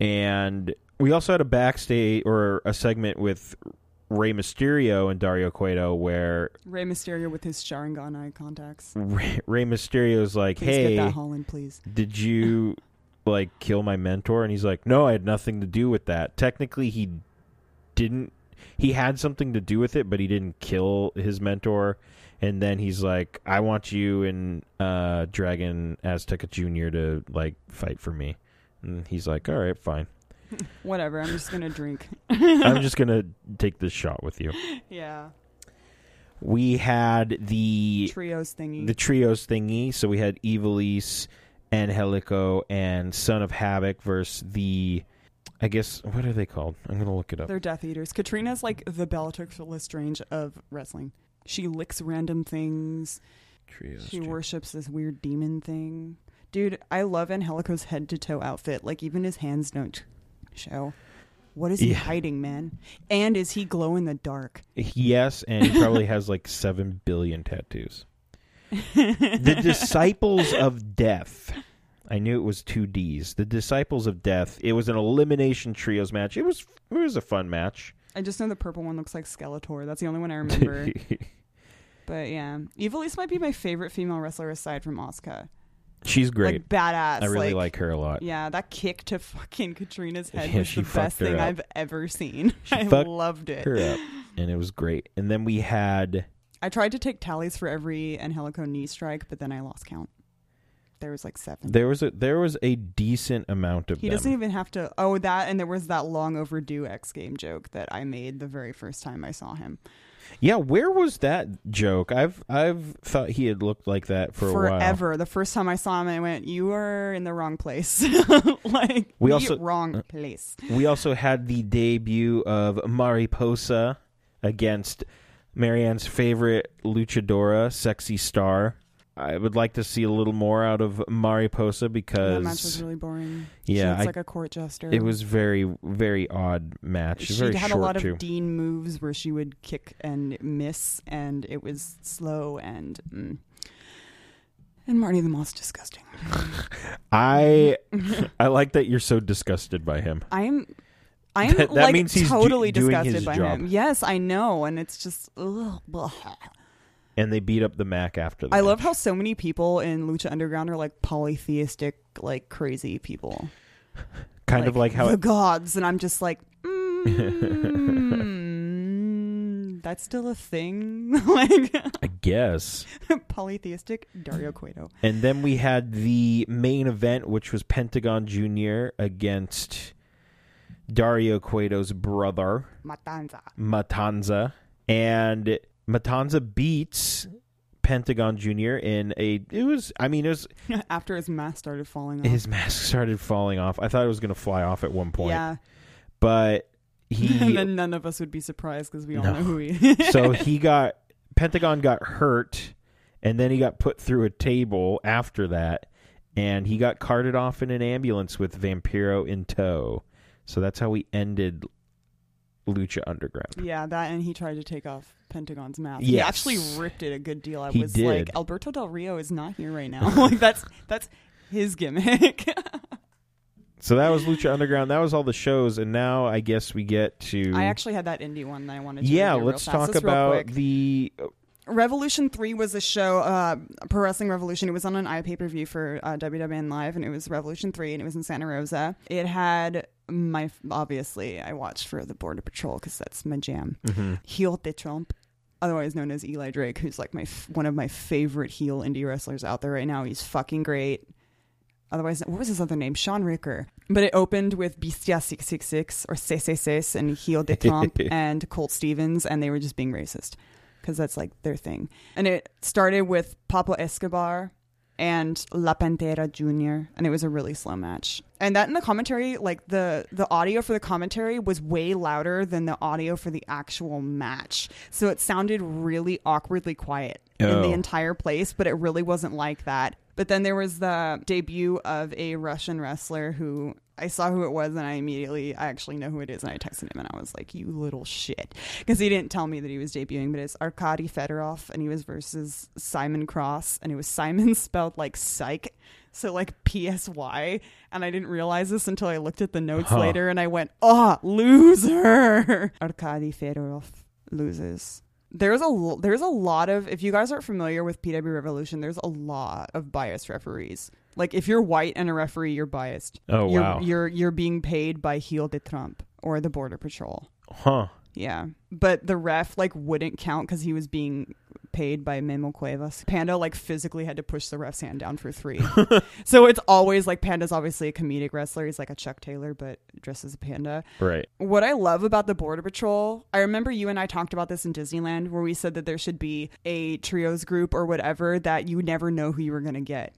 Speaker 2: and we also had a backstage or a segment with Rey Mysterio and Dario Cueto where
Speaker 3: Rey Mysterio with his Sharingan eye contacts.
Speaker 2: Rey, Rey Mysterio's like,
Speaker 3: Please
Speaker 2: "Hey,
Speaker 3: get that Holland, please.
Speaker 2: did you like kill my mentor and he's like no i had nothing to do with that technically he didn't he had something to do with it but he didn't kill his mentor and then he's like i want you and uh dragon azteca jr to like fight for me and he's like all right fine
Speaker 3: Whatever. I'm just gonna drink.
Speaker 2: i'm just gonna take this shot with you
Speaker 3: yeah.
Speaker 2: we had the
Speaker 3: Trios thingy.
Speaker 2: the trios thingy. So we had Evilise, Angelico, and Son of Havoc versus the, I guess what are they called? I'm gonna look it up.
Speaker 3: They're Death Eaters. Katrina's like the Bellatrix Lestrange of wrestling. She licks random things.
Speaker 2: Trios.
Speaker 3: She worships this weird demon thing. Dude, I love Angelico's head to toe outfit. Like even his hands don't show. What is he
Speaker 2: Yeah.
Speaker 3: hiding, man? And is he glow in the dark?
Speaker 2: Yes, and he probably has like seven billion tattoos. the disciples of death. I knew it was two D's. The disciples of death. It was an elimination trios match. It was it was a fun match.
Speaker 3: I just know the purple one looks like Skeletor. That's the only one I remember. but yeah, Evilise might be my favorite female wrestler aside from Asuka.
Speaker 2: She's great.
Speaker 3: Like badass.
Speaker 2: I really like, her a lot.
Speaker 3: Yeah, that kick to fucking Katrina's head
Speaker 2: Yeah,
Speaker 3: was
Speaker 2: she
Speaker 3: the best
Speaker 2: fucked her
Speaker 3: thing
Speaker 2: up.
Speaker 3: I've ever seen.
Speaker 2: She
Speaker 3: I
Speaker 2: fucked
Speaker 3: loved it.
Speaker 2: Her up, and it was great. And then we had
Speaker 3: I tried to take tallies for every Angelico knee strike, but then I lost count. There was like seven.
Speaker 2: There was a there was a decent amount of
Speaker 3: he
Speaker 2: them.
Speaker 3: doesn't even have to. Oh, that and there was that long overdue X game joke that I made the very first time I saw him
Speaker 2: yeah, where was that joke? I've I've thought he had looked like that for a while.
Speaker 3: forever. The first time I saw him, I went, "You are in the wrong place." like
Speaker 2: We
Speaker 3: the
Speaker 2: also-
Speaker 3: wrong place.
Speaker 2: We also had the debut of Mariposa against Marianne's favorite luchadora, Sexy Star. I would like to see a little more out of Mariposa
Speaker 3: That match was
Speaker 2: because
Speaker 3: really boring.
Speaker 2: yeah,
Speaker 3: it's
Speaker 2: I-
Speaker 3: like a court jester.
Speaker 2: it was very very odd match.
Speaker 3: she
Speaker 2: very
Speaker 3: had a
Speaker 2: short
Speaker 3: lot
Speaker 2: too.
Speaker 3: of Dean moves where she would kick and miss, and it was slow and mm. and Marty the Moth's disgusting.
Speaker 2: I I like that you're so disgusted by him.
Speaker 3: I'm I'm
Speaker 2: That- that
Speaker 3: like
Speaker 2: means he's do-
Speaker 3: totally
Speaker 2: doing his
Speaker 3: disgusted by
Speaker 2: job.
Speaker 3: him. Yes, I know, and it's just ugh, blah.
Speaker 2: And they beat up the Mac after that.
Speaker 3: I love how so many people in Lucha Underground are like polytheistic, like crazy people.
Speaker 2: kind of like how
Speaker 3: the gods, and I'm just like, mm, that's still a thing. like
Speaker 2: I guess.
Speaker 3: polytheistic Dario Cueto.
Speaker 2: And then we had the main event, which was Pentagon Jr. against Dario Cueto's brother,
Speaker 3: Matanza.
Speaker 2: Matanza. And Matanza beats Pentagon Jr. in a. It was, I mean, it was.
Speaker 3: After his mask started falling off.
Speaker 2: His mask started falling off. I thought it was going to fly off at one point.
Speaker 3: Yeah.
Speaker 2: But
Speaker 3: and
Speaker 2: he.
Speaker 3: then none of us would be surprised because we all
Speaker 2: No.
Speaker 3: know who he is.
Speaker 2: so he got. Pentagon got hurt, and then he got put through a table after that, and he got carted off in an ambulance with Vampiro in tow. So that's how we ended Lucha Underground.
Speaker 3: Yeah, that and he tried to take off Pentagon's mask. He
Speaker 2: Yes.
Speaker 3: actually ripped it a good deal. I
Speaker 2: He
Speaker 3: was
Speaker 2: did.
Speaker 3: like, Alberto Del Rio is not here right now. like that's that's his gimmick.
Speaker 2: So that was Lucha Underground. That was all the shows, and now I guess we get to.
Speaker 3: I actually had that indie one that I wanted to
Speaker 2: yeah,
Speaker 3: review real
Speaker 2: let's
Speaker 3: fast.
Speaker 2: talk
Speaker 3: Just real
Speaker 2: about
Speaker 3: quick.
Speaker 2: the.
Speaker 3: Revolution 3 was a show, uh, Pro Wrestling Revolution. It was on an iPay per view for uh, WWN Live, and it was Revolution 3, and it was in Santa Rosa. It had my, obviously, I watched for the Border Patrol because that's my jam. Heel de Trump, otherwise known as Eli Drake, who's like my f- one of my favorite heel indie wrestlers out there right now. He's fucking great. Otherwise, what was his other name? Sean Ricker. But it opened with Bestia 666 or CCCs and Heel de Trump and Colt Stevens, and they were just being racist because that's like their thing. And it started with Pablo Escobar and La Pantera Jr. and it was a really slow match. And that in the commentary, like the the audio for the commentary was way louder than the audio for the actual match. So it sounded really awkwardly quiet in
Speaker 2: Oh.
Speaker 3: the entire place, but it really wasn't like that. But then there was the debut of a Russian wrestler who I saw who it was and I immediately I actually know who it is and I texted him and I was like, "You little shit." Cuz he didn't tell me that he was debuting, but it's Arkady Fedorov and he was versus Simon Cross and it was Simon spelled like psych. So like PSY, and I didn't realize this until I looked at the notes later, and I went, "Oh, loser!" Arkady Fedorov loses. There's a l- there's a lot of if you guys aren't familiar with PW Revolution, there's a lot of biased referees. Like if you're white and a referee, you're biased.
Speaker 2: Oh,
Speaker 3: you're,
Speaker 2: wow.
Speaker 3: You're you're being paid by Heel de Trump or the Border Patrol.
Speaker 2: Huh.
Speaker 3: Yeah. But the ref like wouldn't count because he was being paid by Memo Cuevas. Panda like physically had to push the ref's hand down for three. so it's always like Panda's obviously a comedic wrestler. He's like a Chuck Taylor, but dressed as a panda.
Speaker 2: Right.
Speaker 3: What I love about the Border Patrol, I remember you and I talked about this in Disneyland where we said that there should be a trios group or whatever that you never know who you were going to get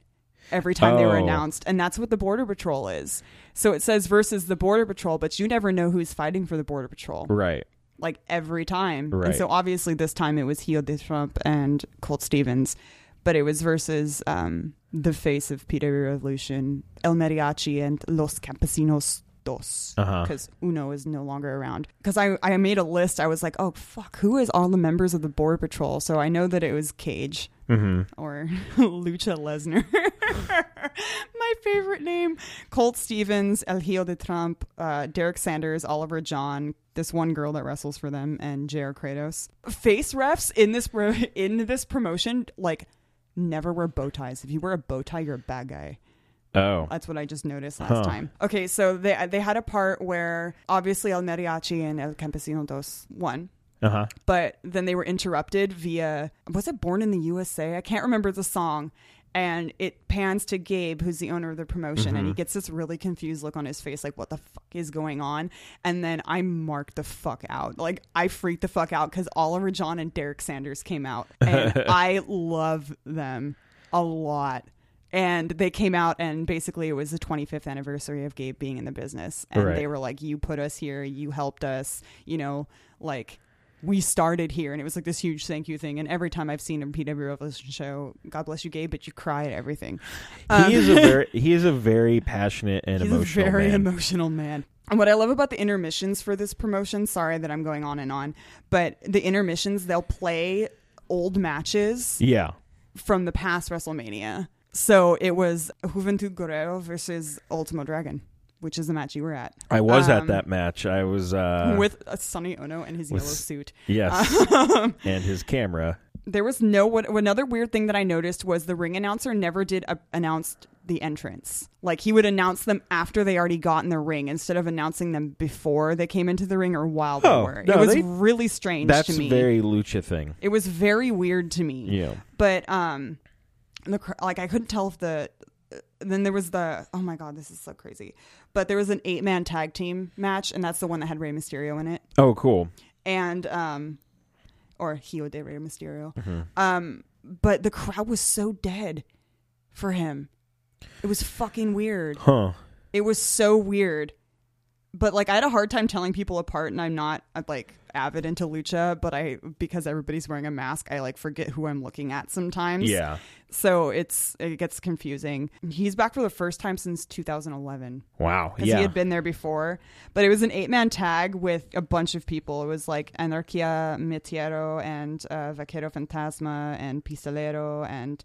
Speaker 3: every time they were
Speaker 2: Oh.
Speaker 3: announced. And that's what the Border Patrol is. So it says versus the Border Patrol, but you never know who's fighting for the Border Patrol
Speaker 2: Right.
Speaker 3: like every time.
Speaker 2: Right.
Speaker 3: And so obviously this time it was Heel de Trump and Colt Stevens, but it was versus um, the face of PW Revolution, El Mariachi and Los Campesinos Dos.
Speaker 2: Uh-huh.
Speaker 3: Because Uno is no longer around. Because I, I made a list. I was like, oh, fuck, who is all the members of the Border Patrol? So I know that it was Cage
Speaker 2: Mm-hmm.
Speaker 3: or Lucha Lesnar. My favorite name. Colt Stevens, El Hijo de Trump, uh, Derek Sanders, Oliver John, this one girl that wrestles for them, and JR Kratos. Face refs in this pro- in this promotion, like, never wear bow ties. If you wear a bow tie, you're a bad guy.
Speaker 2: Oh.
Speaker 3: That's what I just noticed last
Speaker 2: Huh.
Speaker 3: time. Okay, so they they had a part where obviously El Mariachi and El Campesino Dos won
Speaker 2: Uh huh.
Speaker 3: but then they were interrupted via was it born in the usa i can't remember the song and it pans to gabe who's the owner of the promotion and he gets this really confused look on his face like what the fuck is going on and then i marked the fuck out like i freaked the fuck out because oliver john and derek sanders came out and i love them a lot and they came out and basically it was the 25th anniversary of gabe being in the business and
Speaker 2: Right.
Speaker 3: they were like you put us here you helped us you know like we started here and it was like this huge thank you thing and every time i've seen a pw revolution show god bless you gabe but you cry at everything Um,
Speaker 2: he is a very he is a very passionate and
Speaker 3: he's
Speaker 2: emotional
Speaker 3: a very
Speaker 2: man.
Speaker 3: emotional man and what i love about the intermissions for this promotion sorry that i'm going on and on but the intermissions they'll play old matches
Speaker 2: yeah.
Speaker 3: from the past WrestleMania. So it was Juventud Guerrero versus Ultimo Dragon, which is the match you were at.
Speaker 2: I was at
Speaker 3: Um,
Speaker 2: that match. I was uh
Speaker 3: with uh, Sonny Ono and his
Speaker 2: with-
Speaker 3: yellow suit.
Speaker 2: yes.
Speaker 3: um,
Speaker 2: and his camera.
Speaker 3: There was no what another weird thing that I noticed was the ring announcer never did a, announce the entrance. Like he would announce them after they already got in the ring instead of announcing them before they came into the ring or while they
Speaker 2: Oh,
Speaker 3: were.
Speaker 2: no,
Speaker 3: it was
Speaker 2: they-
Speaker 3: really strange
Speaker 2: That's
Speaker 3: to me.
Speaker 2: very lucha thing.
Speaker 3: it was very weird to me.
Speaker 2: Yeah.
Speaker 3: but um the cr- like i couldn't tell if the then there was the oh my god this is so crazy but there was an eight man tag team match and that's the one that had Rey Mysterio in it
Speaker 2: Oh, cool.
Speaker 3: and um or Hio de Rey Mysterio um but the crowd was so dead for him it was fucking weird
Speaker 2: Huh.
Speaker 3: it was so weird but like i had a hard time telling people apart and i'm not uh, like avid into lucha but i because everybody's wearing a mask i like forget who i'm looking at sometimes
Speaker 2: Yeah.
Speaker 3: so it's it gets confusing. He's back for the first time since 2011
Speaker 2: Wow.
Speaker 3: because
Speaker 2: Yeah.
Speaker 3: he had been there before, but it was an eight man tag with a bunch of people. It was like Anarquia Metiero and uh, Vaquero Fantasma and Pistolero and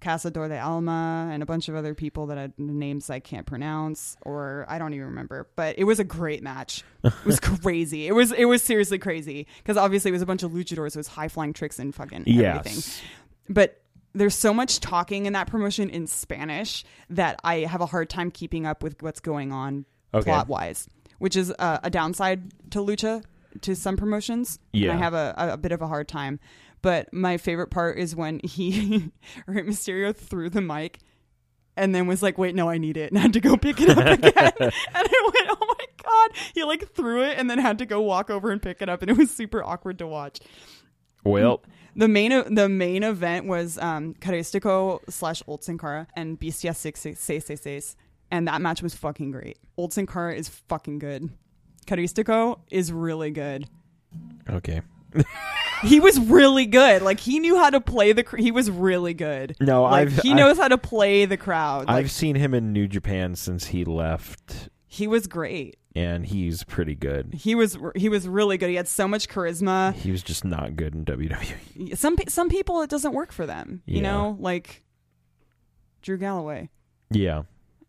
Speaker 3: Cazador de Alma and a bunch of other people that had names I can't pronounce or I don't even remember. But it was a great match. It was crazy. It was it was seriously crazy because obviously it was a bunch of luchadors. It was high flying tricks and fucking everything
Speaker 2: yes.
Speaker 3: but there's so much talking in that promotion in Spanish that I have a hard time keeping up with what's going on
Speaker 2: Okay.
Speaker 3: plot wise, which is uh, a downside to Lucha to some promotions. And
Speaker 2: Yeah.
Speaker 3: I have a, a, a bit of a hard time. But my favorite part is when he, Rey Mysterio, threw the mic and then was like, wait, no, I need it, and had to go pick it up again. and I went, oh my God. He like threw it and then had to go walk over and pick it up. And it was super awkward to watch.
Speaker 2: Well,
Speaker 3: The main e, the main event was um Caristico slash Old Sankara and Bestia six six six six six, and that match was fucking great. Old Sankara is fucking good. Caristico is really good.
Speaker 2: okay.
Speaker 3: He was really good. Like he knew how to play the. Cr- he was really good.
Speaker 2: No,
Speaker 3: Like,
Speaker 2: I've-
Speaker 3: he
Speaker 2: I've-
Speaker 3: knows how to play the crowd. Like
Speaker 2: I've seen him in New Japan since he left
Speaker 3: he was great.
Speaker 2: and he's pretty good.
Speaker 3: He was he was really good. He had so much charisma.
Speaker 2: He was just not good in E. WWE.
Speaker 3: Some pe- some people it doesn't work for them. You
Speaker 2: Yeah.
Speaker 3: know, like Drew Galloway.
Speaker 2: Yeah.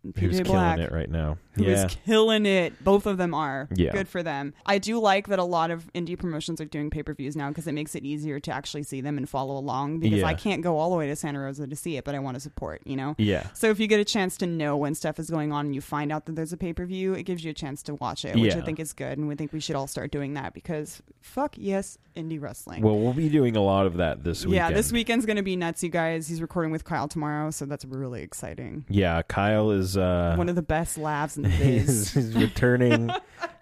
Speaker 3: And
Speaker 2: He was
Speaker 3: PJ
Speaker 2: killing
Speaker 3: Black,
Speaker 2: it right now.
Speaker 3: who is
Speaker 2: yeah.
Speaker 3: killing it. Both of them are.
Speaker 2: Yeah.
Speaker 3: Good for them. I do like that a lot of indie promotions are doing pay per views now because it makes it easier to actually see them and follow along because
Speaker 2: Yeah.
Speaker 3: I can't go all the way to Santa Rosa to see it, but I want to support, you know?
Speaker 2: yeah.
Speaker 3: So if you get a chance to know when stuff is going on and you find out that there's a pay per view, it gives you a chance to watch it, which I
Speaker 2: Yeah.
Speaker 3: think is good. And we think we should all start doing that because fuck yes, indie wrestling.
Speaker 2: Well, we'll be doing a lot of that this weekend.
Speaker 3: yeah, this weekend's gonna be nuts, you guys. He's recording with Kyle tomorrow, so that's really exciting.
Speaker 2: Yeah, Kyle is uh
Speaker 3: One of the best laughs in the biz.
Speaker 2: is, is returning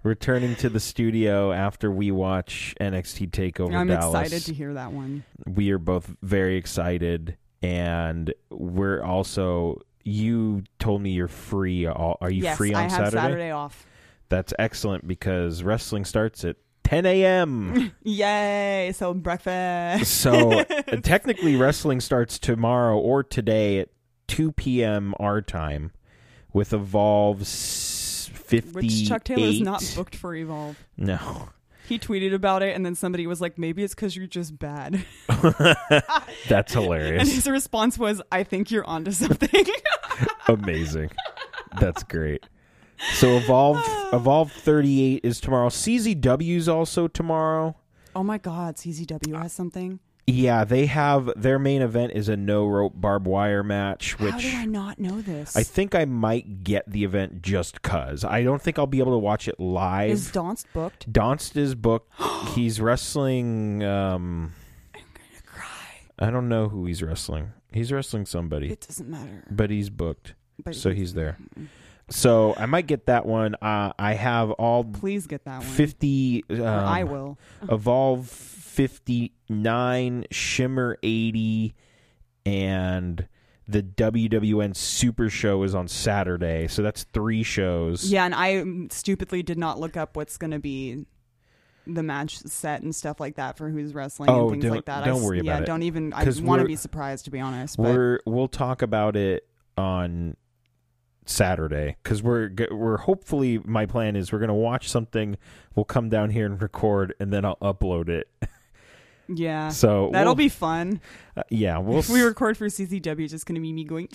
Speaker 2: returning to the studio after we watch NXT Takeover
Speaker 3: I'm
Speaker 2: Dallas.
Speaker 3: excited to hear that one.
Speaker 2: we are both very excited and we're also you told me you're free all, are you
Speaker 3: yes,
Speaker 2: free on
Speaker 3: I have Saturday? off.
Speaker 2: That's excellent because wrestling starts at 10 a.m.
Speaker 3: Yay! So breakfast.
Speaker 2: so uh, technically, wrestling starts tomorrow or today at 2 p.m. our time with Evolve s- 58.
Speaker 3: Which Chuck Taylor is not booked for Evolve.
Speaker 2: No.
Speaker 3: He tweeted about it, and then somebody was like, "Maybe it's because you're just bad."
Speaker 2: That's
Speaker 3: And
Speaker 2: hilarious.
Speaker 3: his response was, I think you're onto something.
Speaker 2: Amazing. That's great. So Evolve Evolve 38 is tomorrow. CZW's also tomorrow.
Speaker 3: oh my God, CZW
Speaker 2: Uh,
Speaker 3: has something.
Speaker 2: Yeah, they have their main event is a no rope barbed wire match, which
Speaker 3: How do I not know this?
Speaker 2: I think I might get the event just cuz. I don't think I'll be able to watch it live.
Speaker 3: Is Donst booked?
Speaker 2: Donst is booked. he's wrestling um
Speaker 3: Cry.
Speaker 2: I don't know who he's wrestling. He's wrestling somebody,
Speaker 3: It doesn't matter.
Speaker 2: but he's booked.
Speaker 3: But
Speaker 2: So he's there. So I might get that one. Uh, I have all
Speaker 3: please get that one.
Speaker 2: 50 um,
Speaker 3: Or I will.
Speaker 2: Evolve 59, Shimmer 80 and the WWN Super Show is on Saturday. So that's 3 shows.
Speaker 3: Yeah, and I um, stupidly did not look up what's going to be the match set and stuff like that for who's wrestling
Speaker 2: Oh,
Speaker 3: and things
Speaker 2: don't-
Speaker 3: like that.
Speaker 2: don't
Speaker 3: I, s-
Speaker 2: worry
Speaker 3: yeah,
Speaker 2: about it.
Speaker 3: don't even. I
Speaker 2: 'Cause
Speaker 3: want to
Speaker 2: we're-
Speaker 3: be surprised, to be honest. But
Speaker 2: We're we'll talk about it on Saturday because we're g- we're hopefully my plan is we're gonna watch something. We'll come down here and record, and then I'll upload it.
Speaker 3: yeah,
Speaker 2: So
Speaker 3: Uh, that'll
Speaker 2: we'll-
Speaker 3: be fun.
Speaker 2: uh, yeah. We'll
Speaker 3: if we
Speaker 2: s-
Speaker 3: record for CZW, it's just going to be me going.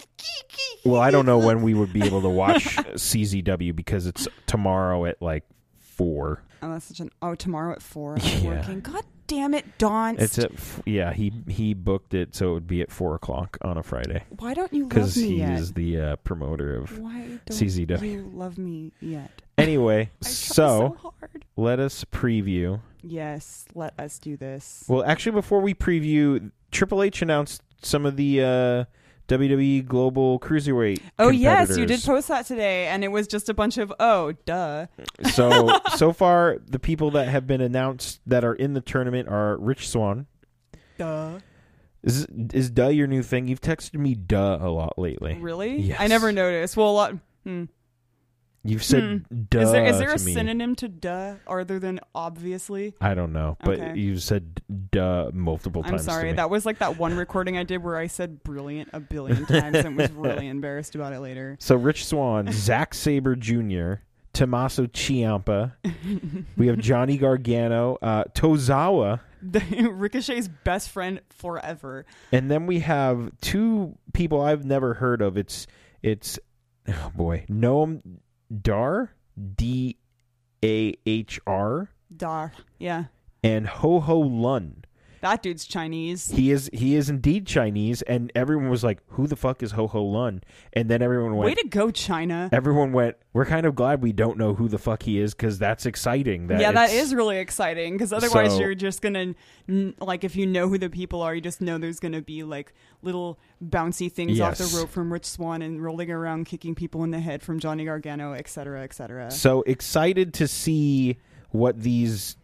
Speaker 2: well, I don't know when we would be able to watch CZW because it's tomorrow at like four.
Speaker 3: Oh, that's such an oh tomorrow at four. I'm
Speaker 2: Yeah.
Speaker 3: working. God damn it, Don.
Speaker 2: It's at f- yeah. He he booked it so it would be at four o'clock on a Friday
Speaker 3: Why don't you
Speaker 2: because
Speaker 3: love me
Speaker 2: he
Speaker 3: yet? Mm.
Speaker 2: is the uh, promoter of.
Speaker 3: Why don't
Speaker 2: CZW.
Speaker 3: you love me yet?
Speaker 2: Anyway,
Speaker 3: I try
Speaker 2: so
Speaker 3: so hard.
Speaker 2: let us preview.
Speaker 3: Yes, let us do this.
Speaker 2: Well, actually, before we preview, Triple H announced some of the uh, WWE Global Cruiserweight.
Speaker 3: Oh yes, you did
Speaker 2: competitors.
Speaker 3: post that today, and it was just a bunch of oh duh.
Speaker 2: so so far, the people that have been announced that are in the tournament are Rich Swan.
Speaker 3: Duh.
Speaker 2: Is is duh your new thing? You've texted me duh a lot lately.
Speaker 3: Really?
Speaker 2: Yes.
Speaker 3: I never noticed. Well, a lot. Hmm.
Speaker 2: You've said duh.
Speaker 3: Is there is there a
Speaker 2: to me.
Speaker 3: synonym to duh other than obviously?
Speaker 2: I don't know, but
Speaker 3: Okay.
Speaker 2: you've said duh multiple
Speaker 3: I'm
Speaker 2: times. to
Speaker 3: sorry.
Speaker 2: me.
Speaker 3: That was like that one recording I did where I said brilliant a billion times and was really embarrassed about it later.
Speaker 2: So Rich Swan, Zack Saber Jr., Tommaso Ciampa. we have Johnny Gargano, uh, Tozawa,
Speaker 3: Ricochet's best friend forever.
Speaker 2: and then we have two people I've never heard of. It's it's oh boy, Noam Dar D A H R
Speaker 3: Dar. Yeah.
Speaker 2: and Ho Ho Lun.
Speaker 3: That dude's Chinese.
Speaker 2: He is he is indeed Chinese, and everyone was like, "Who the fuck is Ho Ho Lun?" And then everyone went.
Speaker 3: Way to go, China.
Speaker 2: Everyone went. We're kind of glad we don't know who the fuck he is because that's exciting. That
Speaker 3: yeah, that
Speaker 2: it's-
Speaker 3: is really exciting because otherwise
Speaker 2: So-
Speaker 3: you're just gonna n- like if you know who the people are, you just know there's gonna be like little bouncy things off
Speaker 2: Yes.
Speaker 3: the rope from Rich Swan and rolling around, kicking people in the head from Johnny Gargano, et cetera, et cetera.
Speaker 2: So excited to see what these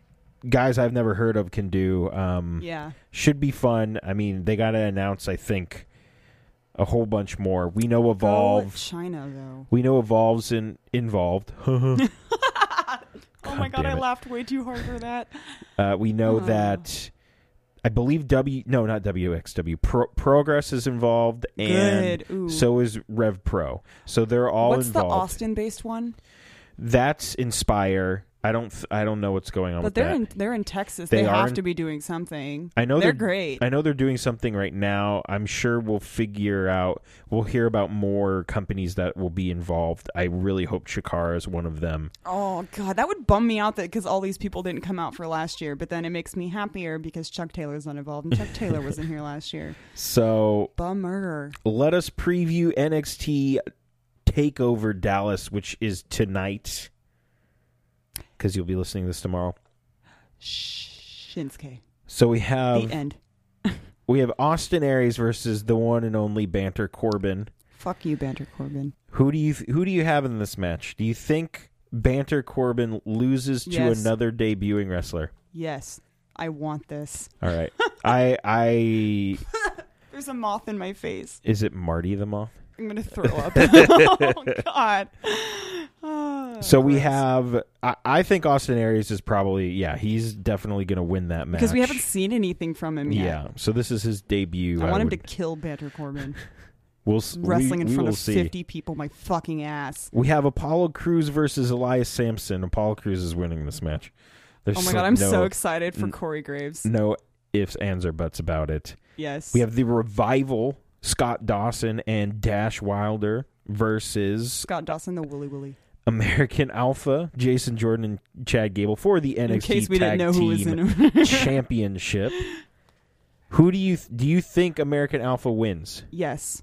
Speaker 2: guys I've never heard of can do. Um,
Speaker 3: Yeah,
Speaker 2: Should be fun. I mean, they got to announce, I think, a whole bunch more. We know
Speaker 3: Go
Speaker 2: Evolve.
Speaker 3: China though.
Speaker 2: We know Evolve's in, involved.
Speaker 3: oh my
Speaker 2: God
Speaker 3: god, I
Speaker 2: damn it.
Speaker 3: laughed way too hard for that.
Speaker 2: uh, we know
Speaker 3: Oh.
Speaker 2: that. I believe W. No, not WXW. Pro, Progress is involved, and
Speaker 3: Good. Ooh.
Speaker 2: so is Rev Pro. So they're all
Speaker 3: What's the
Speaker 2: involved.
Speaker 3: Austin-based one?
Speaker 2: That's Inspire. I don't th- I don't know what's going on
Speaker 3: But
Speaker 2: with
Speaker 3: they're
Speaker 2: that.
Speaker 3: in they're in Texas.
Speaker 2: They
Speaker 3: They,
Speaker 2: are
Speaker 3: have
Speaker 2: in-
Speaker 3: to be doing something.
Speaker 2: I know
Speaker 3: they're great.
Speaker 2: I know they're doing something right now. I'm sure we'll figure out. We'll hear about more companies that will be involved. I really hope Shakara is one of them.
Speaker 3: Oh god, that would bum me out that because all these people didn't come out for last year. But then it makes me happier because Chuck Taylor's not involved and Chuck Taylor wasn't here last year.
Speaker 2: So
Speaker 3: Bummer.
Speaker 2: let us preview NXT Takeover Dallas, which is tonight. Because you'll be listening to this tomorrow.
Speaker 3: Shinsuke.
Speaker 2: So we
Speaker 3: The
Speaker 2: have
Speaker 3: end.
Speaker 2: we have Austin Aries versus the one and only Banter Corbin.
Speaker 3: Fuck you, Banter Corbin.
Speaker 2: Who do you who do you have in this match? Do you think Banter Corbin loses to
Speaker 3: Yes.
Speaker 2: another debuting wrestler?
Speaker 3: Yes, I want this.
Speaker 2: All right. I I
Speaker 3: There's a moth in my face.
Speaker 2: is it Marty the Moth?
Speaker 3: I'm gonna throw up. oh god. Ah,
Speaker 2: So we
Speaker 3: gross.
Speaker 2: have I, I think Austin Aries is probably yeah, he's definitely going to win that match.
Speaker 3: because we haven't seen anything from him yet.
Speaker 2: Yeah. So this is his debut.
Speaker 3: I want him to
Speaker 2: would-
Speaker 3: kill Banter Corbin.
Speaker 2: we'll, s- we-
Speaker 3: Wrestling in
Speaker 2: we
Speaker 3: front
Speaker 2: will
Speaker 3: of
Speaker 2: see.
Speaker 3: 50 people, my fucking ass.
Speaker 2: We have Apollo Cruz versus Elias Sampson. Apollo Cruz is winning this match. There's
Speaker 3: Oh my
Speaker 2: so-
Speaker 3: god, I'm
Speaker 2: no, Mm.
Speaker 3: so excited for
Speaker 2: n-
Speaker 3: Corey Graves.
Speaker 2: no ifs ands or buts about it.
Speaker 3: Yes.
Speaker 2: We have the revival Scott Dawson and Dash Wilder versus
Speaker 3: Scott Dawson, the Wooly Wooly.
Speaker 2: American Alpha, Jason Jordan and Chad Gable for the NXT
Speaker 3: In case we
Speaker 2: Tag
Speaker 3: didn't know
Speaker 2: Team
Speaker 3: who was in him.
Speaker 2: Championship. Who do you do you think American Alpha wins?
Speaker 3: yes.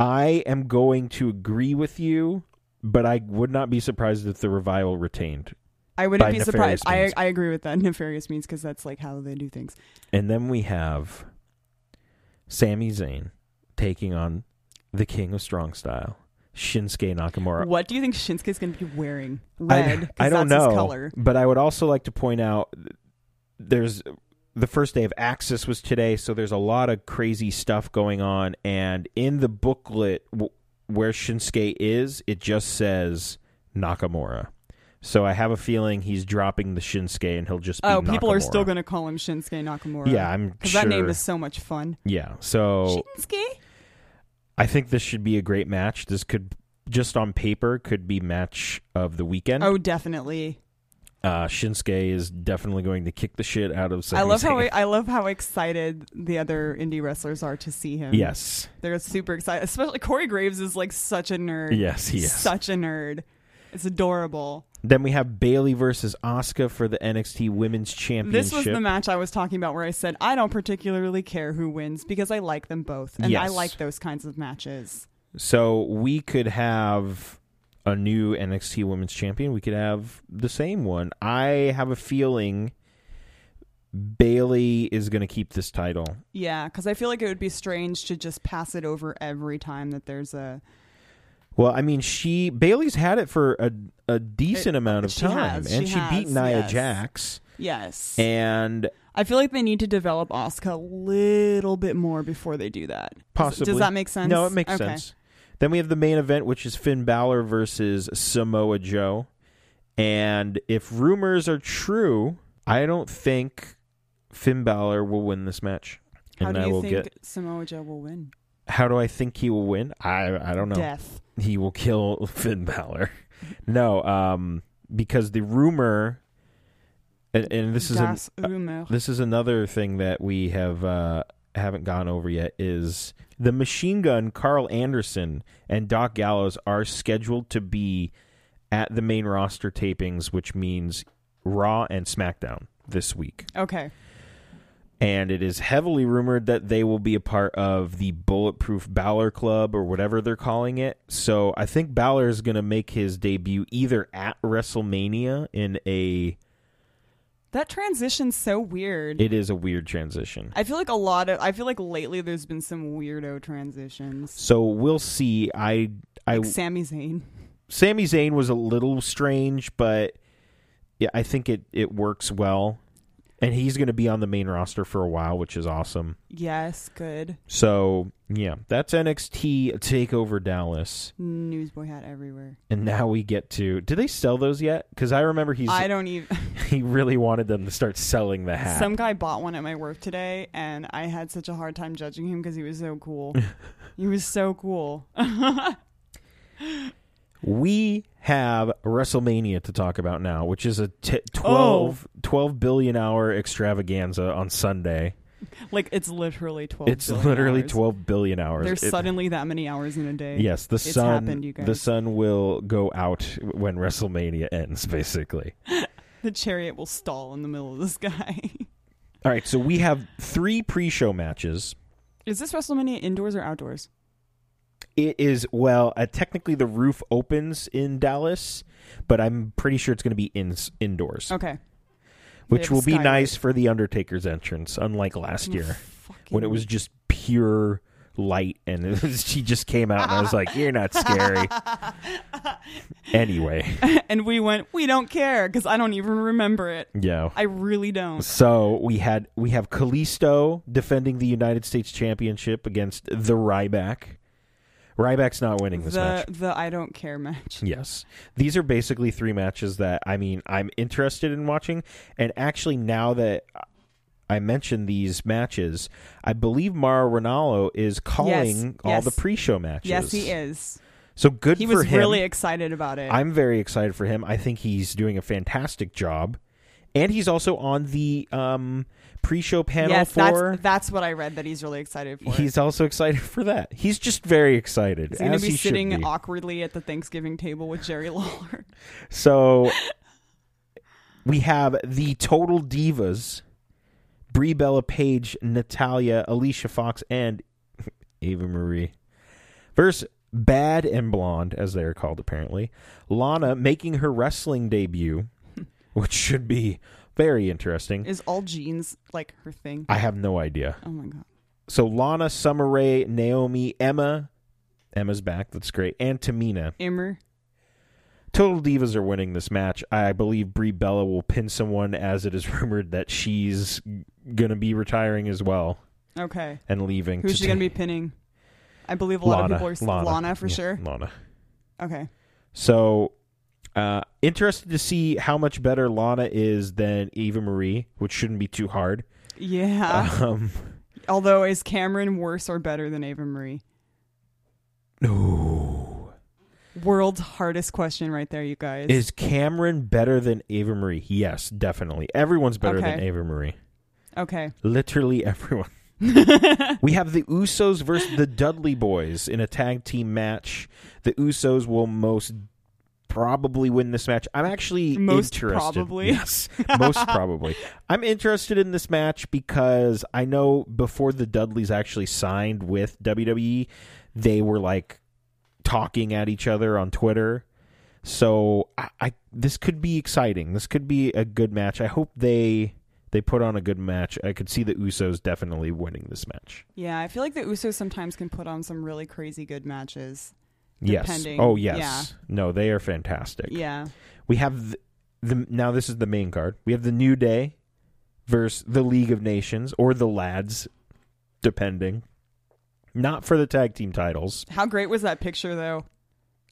Speaker 2: I am going to agree with you, but I would not be surprised if the revival retained.
Speaker 3: I
Speaker 2: By
Speaker 3: wouldn't be
Speaker 2: nefarious
Speaker 3: surprised.
Speaker 2: means.
Speaker 3: I, I agree with that. Nefarious means because that's like how they do things.
Speaker 2: And then we have Sami Zayn taking on the King of Strong Style, Shinsuke Nakamura.
Speaker 3: What do you think Shinsuke's going to be wearing?
Speaker 2: I-
Speaker 3: Red. 'cause
Speaker 2: I, don't
Speaker 3: that's
Speaker 2: know.
Speaker 3: His color.
Speaker 2: But I would also like to point out th- there's the first day of Axis was today, so there's a lot of crazy stuff going on. And in the booklet w- where Shinsuke is, it just says Nakamura. So I have a feeling he's dropping the Shinsuke, and he'll just be
Speaker 3: Oh, people are
Speaker 2: Nakamura.
Speaker 3: still going to call him Shinsuke Nakamura.
Speaker 2: Yeah, I'm
Speaker 3: Because
Speaker 2: sure. Oh.
Speaker 3: that name is so much fun.
Speaker 2: yeah, so
Speaker 3: Shinsuke?
Speaker 2: I think this should be a great match. This could just on paper could be match of the weekend.
Speaker 3: Oh, definitely.
Speaker 2: Uh, Shinsuke is definitely going to kick the shit out of. Sami
Speaker 3: I love
Speaker 2: Zayn.
Speaker 3: how I love how excited the other indie wrestlers are to see him.
Speaker 2: Yes,
Speaker 3: They're super excited. Especially Corey Graves is like such a nerd.
Speaker 2: yes, he is.
Speaker 3: Such a nerd. It's adorable.
Speaker 2: then we have Bailey versus Asuka for the NXT Women's Championship.
Speaker 3: This was the match I was talking about where I said I don't particularly care who wins because I like them both and I
Speaker 2: Yes.
Speaker 3: like those kinds of matches.
Speaker 2: so we could have a new NXT Women's Champion. We could have the same one. I have a feeling Bailey is going to keep this title.
Speaker 3: Yeah, because I feel like it would be strange to just pass it over every time that there's a.
Speaker 2: Well, I mean, she Bailey's had it for a a decent amount of
Speaker 3: she
Speaker 2: time,
Speaker 3: has,
Speaker 2: and
Speaker 3: she
Speaker 2: she beat
Speaker 3: has,
Speaker 2: Nia
Speaker 3: yes.
Speaker 2: Jax.
Speaker 3: Yes,
Speaker 2: And
Speaker 3: I feel like they need to develop Asuka a little bit more before they do that. Does-
Speaker 2: Possibly.
Speaker 3: Does that make sense?
Speaker 2: No, it makes
Speaker 3: Okay.
Speaker 2: sense. Then we have the main event, which is Finn Balor versus Samoa Joe. And if rumors are true, I don't think Finn Balor will win this match.
Speaker 3: How
Speaker 2: and
Speaker 3: do
Speaker 2: I
Speaker 3: you
Speaker 2: will
Speaker 3: think
Speaker 2: get.
Speaker 3: Samoa Joe will win?
Speaker 2: How do I think he will win? I I don't know.
Speaker 3: Death.
Speaker 2: He will kill Finn Balor. no, um, because the rumor, and, and this is a,
Speaker 3: das rumor.
Speaker 2: this is another thing that we have uh, haven't gone over yet is the machine gun Carl Anderson and Doc Gallows are scheduled to be at the main roster tapings, which means Raw and SmackDown this week.
Speaker 3: Okay.
Speaker 2: And it is heavily rumored that they will be a part of the Bulletproof Balor Club or whatever they're calling it. So I think Balor is going to make his debut either at WrestleMania in a.
Speaker 3: That transition's so weird.
Speaker 2: It is a weird transition.
Speaker 3: I feel like a lot of I feel like lately there's been some weirdo transitions.
Speaker 2: So we'll see. I I
Speaker 3: Like Sami Zayn.
Speaker 2: Sami Zayn was a little strange, but yeah, I think it it works well. And he's going to be on the main roster for a while, which is awesome.
Speaker 3: Yes, good.
Speaker 2: So, yeah, that's NXT Takeover Dallas.
Speaker 3: Newsboy hat everywhere.
Speaker 2: And now we get to Did they sell those yet? Cuz I remember he's
Speaker 3: I don't even
Speaker 2: he really wanted them to start selling the hat.
Speaker 3: Some guy bought one at my work today and I had such a hard time judging him because he was so cool. he was so cool.
Speaker 2: We have WrestleMania to talk about now, which is a t-
Speaker 3: Oh.
Speaker 2: 12, 12 billion hour extravaganza on Sunday.
Speaker 3: Like it's literally twelve.
Speaker 2: It's
Speaker 3: billion
Speaker 2: literally
Speaker 3: hours.
Speaker 2: 12 billion hours.
Speaker 3: There's
Speaker 2: It-
Speaker 3: suddenly that many hours in a day.
Speaker 2: Yes, the
Speaker 3: It's
Speaker 2: sun
Speaker 3: happened, you
Speaker 2: the
Speaker 3: guys.
Speaker 2: sun will go out when WrestleMania ends basically.
Speaker 3: The chariot will stall in the middle of the sky.
Speaker 2: All right, so we have 3 pre-show matches.
Speaker 3: Is this WrestleMania indoors or outdoors?
Speaker 2: It is well, uh, technically the roof opens in Dallas, but I'm pretty sure it's going to be in indoors,
Speaker 3: Okay.
Speaker 2: which
Speaker 3: have a
Speaker 2: will be
Speaker 3: skylight.
Speaker 2: nice for the Undertaker's entrance, unlike last year when it was just pure light and it was, she just came out and I was like, "You're not scary." anyway,
Speaker 3: and we went, we don't care because I don't even remember it.
Speaker 2: yeah.
Speaker 3: I really don't.
Speaker 2: So we had we have Kalisto defending the United States Championship against the Ryback. Ryback's not winning this
Speaker 3: The
Speaker 2: match.
Speaker 3: the I don't care match.
Speaker 2: Yes. These are basically three matches that I mean I'm interested in watching. And actually now that I mentioned these matches, I believe Mara Ronaldo is calling all
Speaker 3: yes.
Speaker 2: the pre show matches.
Speaker 3: Yes, he is.
Speaker 2: So good
Speaker 3: He
Speaker 2: for
Speaker 3: was
Speaker 2: him.
Speaker 3: really excited about it.
Speaker 2: I'm very excited for him. I think he's doing a fantastic job. And he's also on the um, pre show panel
Speaker 3: yes,
Speaker 2: for
Speaker 3: that's that's what I read that he's really excited for.
Speaker 2: He's also excited for that. He's just very excited.
Speaker 3: He's gonna
Speaker 2: as
Speaker 3: be
Speaker 2: he should
Speaker 3: sitting
Speaker 2: be.
Speaker 3: awkwardly at the Thanksgiving table with Jerry Lawler.
Speaker 2: So we have the total divas: Brie Bella Page, Natalia, Alicia Fox, and Ava Marie versus Bad and Blonde, as they are called apparently. Lana making her wrestling debut, which should be very interesting.
Speaker 3: Is all jeans like her thing?
Speaker 2: I have no idea.
Speaker 3: Oh my god.
Speaker 2: So Lana, Summer Rae, Naomi, Emma. Emma's back. That's great. And Tamina.
Speaker 3: Immer.
Speaker 2: Total Divas are winning this match. I believe Brie Bella will pin someone, as it is rumored that she's going to be retiring as well
Speaker 3: Okay.
Speaker 2: and leaving.
Speaker 3: Who's
Speaker 2: to
Speaker 3: she gonna be pinning? I believe a lot
Speaker 2: Lana,
Speaker 3: of people are s-
Speaker 2: Lana,
Speaker 3: for
Speaker 2: Yeah, Mm.
Speaker 3: sure.
Speaker 2: Lana.
Speaker 3: Okay.
Speaker 2: So, uh, interested to see how much better Lana is than Eva Marie, which shouldn't be too hard.
Speaker 3: Yeah.
Speaker 2: Um,
Speaker 3: Although is Cameron worse or better than Ava Marie?
Speaker 2: no.
Speaker 3: World's hardest question right there, you guys.
Speaker 2: Is Cameron better than Eva Marie? Yes, definitely. Everyone's better than
Speaker 3: Okay.
Speaker 2: Eva Marie.
Speaker 3: okay.
Speaker 2: Literally everyone. we have the Usos versus the Dudley Boys in a tag team match. The Usos will most probably win this match. I'm actually
Speaker 3: Most
Speaker 2: interested.
Speaker 3: probably.
Speaker 2: Yes, most probably. I'm interested in this match because I know before the Dudleys actually signed with WWE, they were like talking at each other on Twitter. So I, I this could be exciting. This could be a good match. I hope they they put on a good match. I could see the Usos definitely winning this match.
Speaker 3: Yeah, I feel like the Usos sometimes can put on some really crazy good matches.
Speaker 2: Yes.
Speaker 3: Depending.
Speaker 2: Oh yes. No, they are fantastic.
Speaker 3: Yeah.
Speaker 2: We have the, the now this is the main card. We have the New Day versus the League of Nations or the Lads depending. Not for the tag team titles.
Speaker 3: How great was that picture though?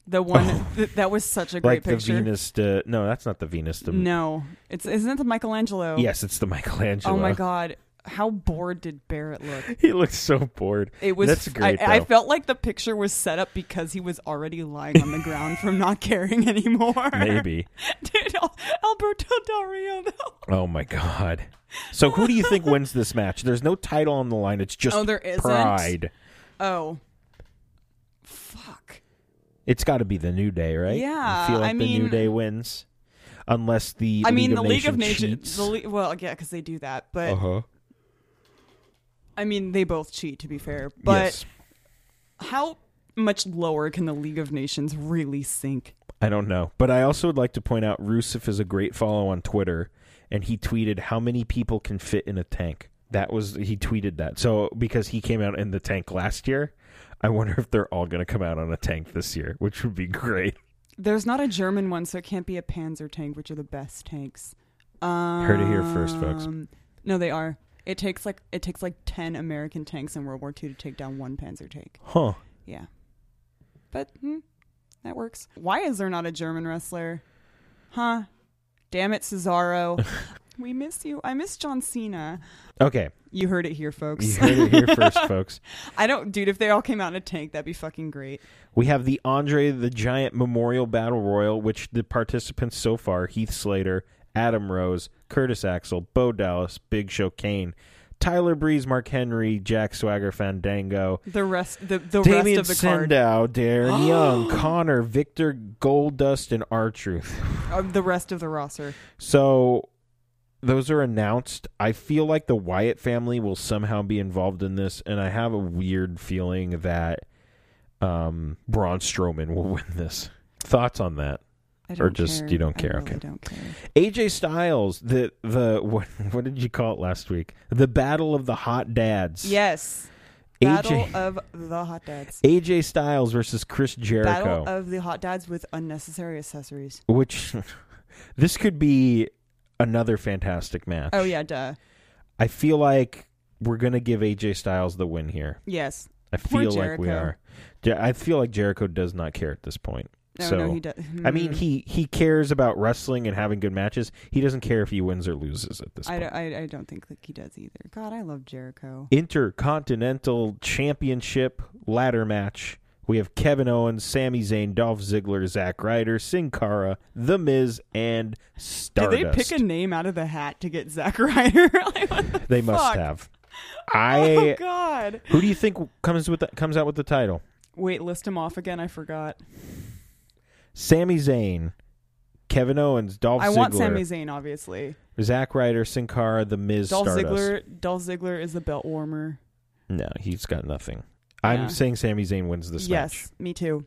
Speaker 3: The one
Speaker 2: Oh.
Speaker 3: th- that was such a great
Speaker 2: like
Speaker 3: picture.
Speaker 2: the Venus de, No, that's not the Venus de,
Speaker 3: No, it's isn't it the Michelangelo?
Speaker 2: Yes, it's the Michelangelo.
Speaker 3: Oh my god, how bored did Barrett look?
Speaker 2: He looks so bored.
Speaker 3: It was.
Speaker 2: That's great,
Speaker 3: I, I
Speaker 2: though.
Speaker 3: felt like the picture was set up because he was already lying on the ground from not caring anymore.
Speaker 2: Maybe.
Speaker 3: dude, Al- Alberto Del Rio though.
Speaker 2: Oh my god. So who do you think wins this match? There's no title on the line. It's just
Speaker 3: Oh, there isn't?
Speaker 2: pride.
Speaker 3: Oh, fuck.
Speaker 2: It's got to be the New Day, right?
Speaker 3: Yeah,
Speaker 2: I feel like
Speaker 3: I
Speaker 2: the New
Speaker 3: mean-
Speaker 2: Day wins, unless the
Speaker 3: I mean,
Speaker 2: League
Speaker 3: the
Speaker 2: of
Speaker 3: League of
Speaker 2: Nations Uh-huh.
Speaker 3: Nations. The Le- well, yeah, because they do that, but
Speaker 2: huh.
Speaker 3: I mean, they both cheat. To be fair, but how much lower can the League of Nations really sink?
Speaker 2: I don't know, but I also would like to point out Rusev is a great follow on Twitter, and he tweeted how many people can fit in a tank. That was he tweeted that. So because he came out in the tank last year, I wonder if they're all going to come out on a tank this year, which would be great.
Speaker 3: There's not a German one, so it can't be a Panzer tank, which are the best tanks. Um,
Speaker 2: Heard it here first, folks.
Speaker 3: No, they are. It takes like it takes like ten American tanks in World War II to take down one Panzer tank.
Speaker 2: Huh?
Speaker 3: Yeah, but hmm, that works. Why is there not a German wrestler? Huh? Damn it, Cesaro. We miss you. I miss John Cena.
Speaker 2: Okay,
Speaker 3: You heard it here, folks.
Speaker 2: you heard it here first, folks.
Speaker 3: I don't, dude. If they all came out in a tank, that'd be fucking great.
Speaker 2: We have the Andre the Giant Memorial Battle Royal, which the participants so far Heath Slater, Adam Rose, Curtis Axel, Bo Dallas, Big Show Kane, Tyler Breeze, Mark Henry, Jack Swagger, Fandango,
Speaker 3: The rest, the the
Speaker 2: Damien
Speaker 3: rest of the card,
Speaker 2: Sandow, Darren Young, Connor, Victor Goldust, and R Truth.
Speaker 3: uh, the rest of the roster.
Speaker 2: So those are announced. I feel like the Wyatt family will somehow be involved in this, and I have a weird feeling that um, Braun Strowman will win this. Thoughts on that?
Speaker 3: I
Speaker 2: Or just you don't care,
Speaker 3: I
Speaker 2: okay.
Speaker 3: really don't care.
Speaker 2: AJ Styles, the the what what did you call it last week? The battle of the hot dads.
Speaker 3: Yes. Battle
Speaker 2: AJ
Speaker 3: of the hot dads.
Speaker 2: AJ Styles versus Chris Jericho,
Speaker 3: Battle of the hot dads with unnecessary accessories.
Speaker 2: which this could be another fantastic match.
Speaker 3: Oh yeah, duh.
Speaker 2: I feel like we're gonna give AJ Styles the win here.
Speaker 3: Yes.
Speaker 2: I
Speaker 3: Poor
Speaker 2: feel like we
Speaker 3: Jericho.
Speaker 2: are. Je- I feel like Jericho does not care at this point.
Speaker 3: No,
Speaker 2: so
Speaker 3: no, he does. Hmm.
Speaker 2: I
Speaker 3: Mm.
Speaker 2: mean, he he cares about wrestling and having good matches. He doesn't care if he wins or loses at this
Speaker 3: I
Speaker 2: point.
Speaker 3: don't, uh, I, I don't think like he does either. God, I love Jericho.
Speaker 2: Intercontinental Championship ladder match. We have Kevin Owens, Sami Zayn, Dolph Ziggler, Zack Ryder, Sin Cara, The Miz, and Stardust.
Speaker 3: Did they pick a name out of the hat to get Zack Ryder? like, what the
Speaker 2: They must
Speaker 3: fuck?
Speaker 2: have.
Speaker 3: Oh
Speaker 2: I.
Speaker 3: God!
Speaker 2: who do you think comes with the, comes out with the title?
Speaker 3: Wait, list him off again. I forgot.
Speaker 2: Sami Zayn, Kevin Owens, Dolph
Speaker 3: I
Speaker 2: Ziggler.
Speaker 3: want Sami Zayn, obviously.
Speaker 2: Zack Ryder, Sin Cara, The Miz,
Speaker 3: Dolph
Speaker 2: Stardust.
Speaker 3: Ziggler. Dolph Ziggler is the belt warmer.
Speaker 2: No, he's got nothing.
Speaker 3: Yeah.
Speaker 2: I'm saying Sami Zayn wins this
Speaker 3: yes,
Speaker 2: match
Speaker 3: me too.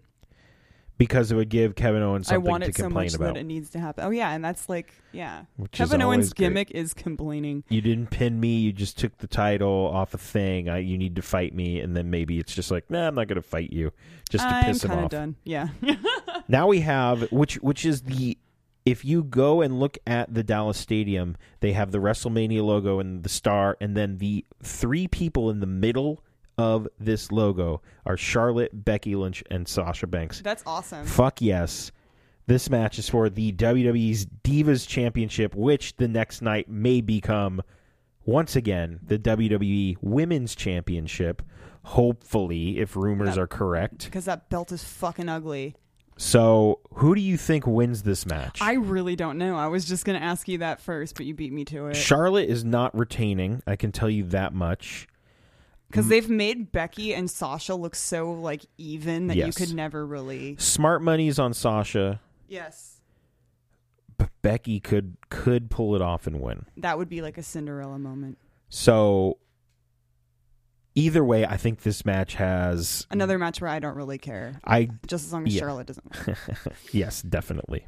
Speaker 2: because it would give Kevin Owens
Speaker 3: I
Speaker 2: something
Speaker 3: want
Speaker 2: to
Speaker 3: it so
Speaker 2: complain
Speaker 3: much
Speaker 2: about.
Speaker 3: that it needs to happen. Oh yeah, and that's like yeah.
Speaker 2: which is
Speaker 3: Kevin Owens'
Speaker 2: always great.
Speaker 3: gimmick is complaining.
Speaker 2: You didn't pin me. You just took the title off a thing. I, you need to fight me, and then maybe it's just like, nah, I'm not going to fight you, just to
Speaker 3: I'm
Speaker 2: piss him
Speaker 3: kinda
Speaker 2: off.
Speaker 3: done. Yeah.
Speaker 2: Now we have which which is the if you go and look at the Dallas Stadium, they have the WrestleMania logo and the star, and then the three people in the middle of this logo are Charlotte, Becky Lynch, and Sasha Banks.
Speaker 3: that's awesome.
Speaker 2: Fuck yes. This match is for the WWE's Divas Championship, which the next night may become once again the WWE Women's Championship, hopefully, if rumors are correct.
Speaker 3: Because that belt is fucking ugly.
Speaker 2: So, who do you think wins this match?
Speaker 3: I really don't know. I was just gonna ask you that first, but you beat me to it.
Speaker 2: Charlotte is not retaining. I can tell you that much.
Speaker 3: Because they've made Becky and Sasha look so like even that
Speaker 2: Yes.
Speaker 3: you could never really.
Speaker 2: Smart money's on Sasha,
Speaker 3: Yes.
Speaker 2: but Becky could could pull it off and win.
Speaker 3: That would be like a Cinderella moment.
Speaker 2: So, either way, I think this match has
Speaker 3: Another match where I don't really care,
Speaker 2: I
Speaker 3: just as long as
Speaker 2: Mm. Yeah.
Speaker 3: Charlotte doesn't. win.
Speaker 2: yes, definitely.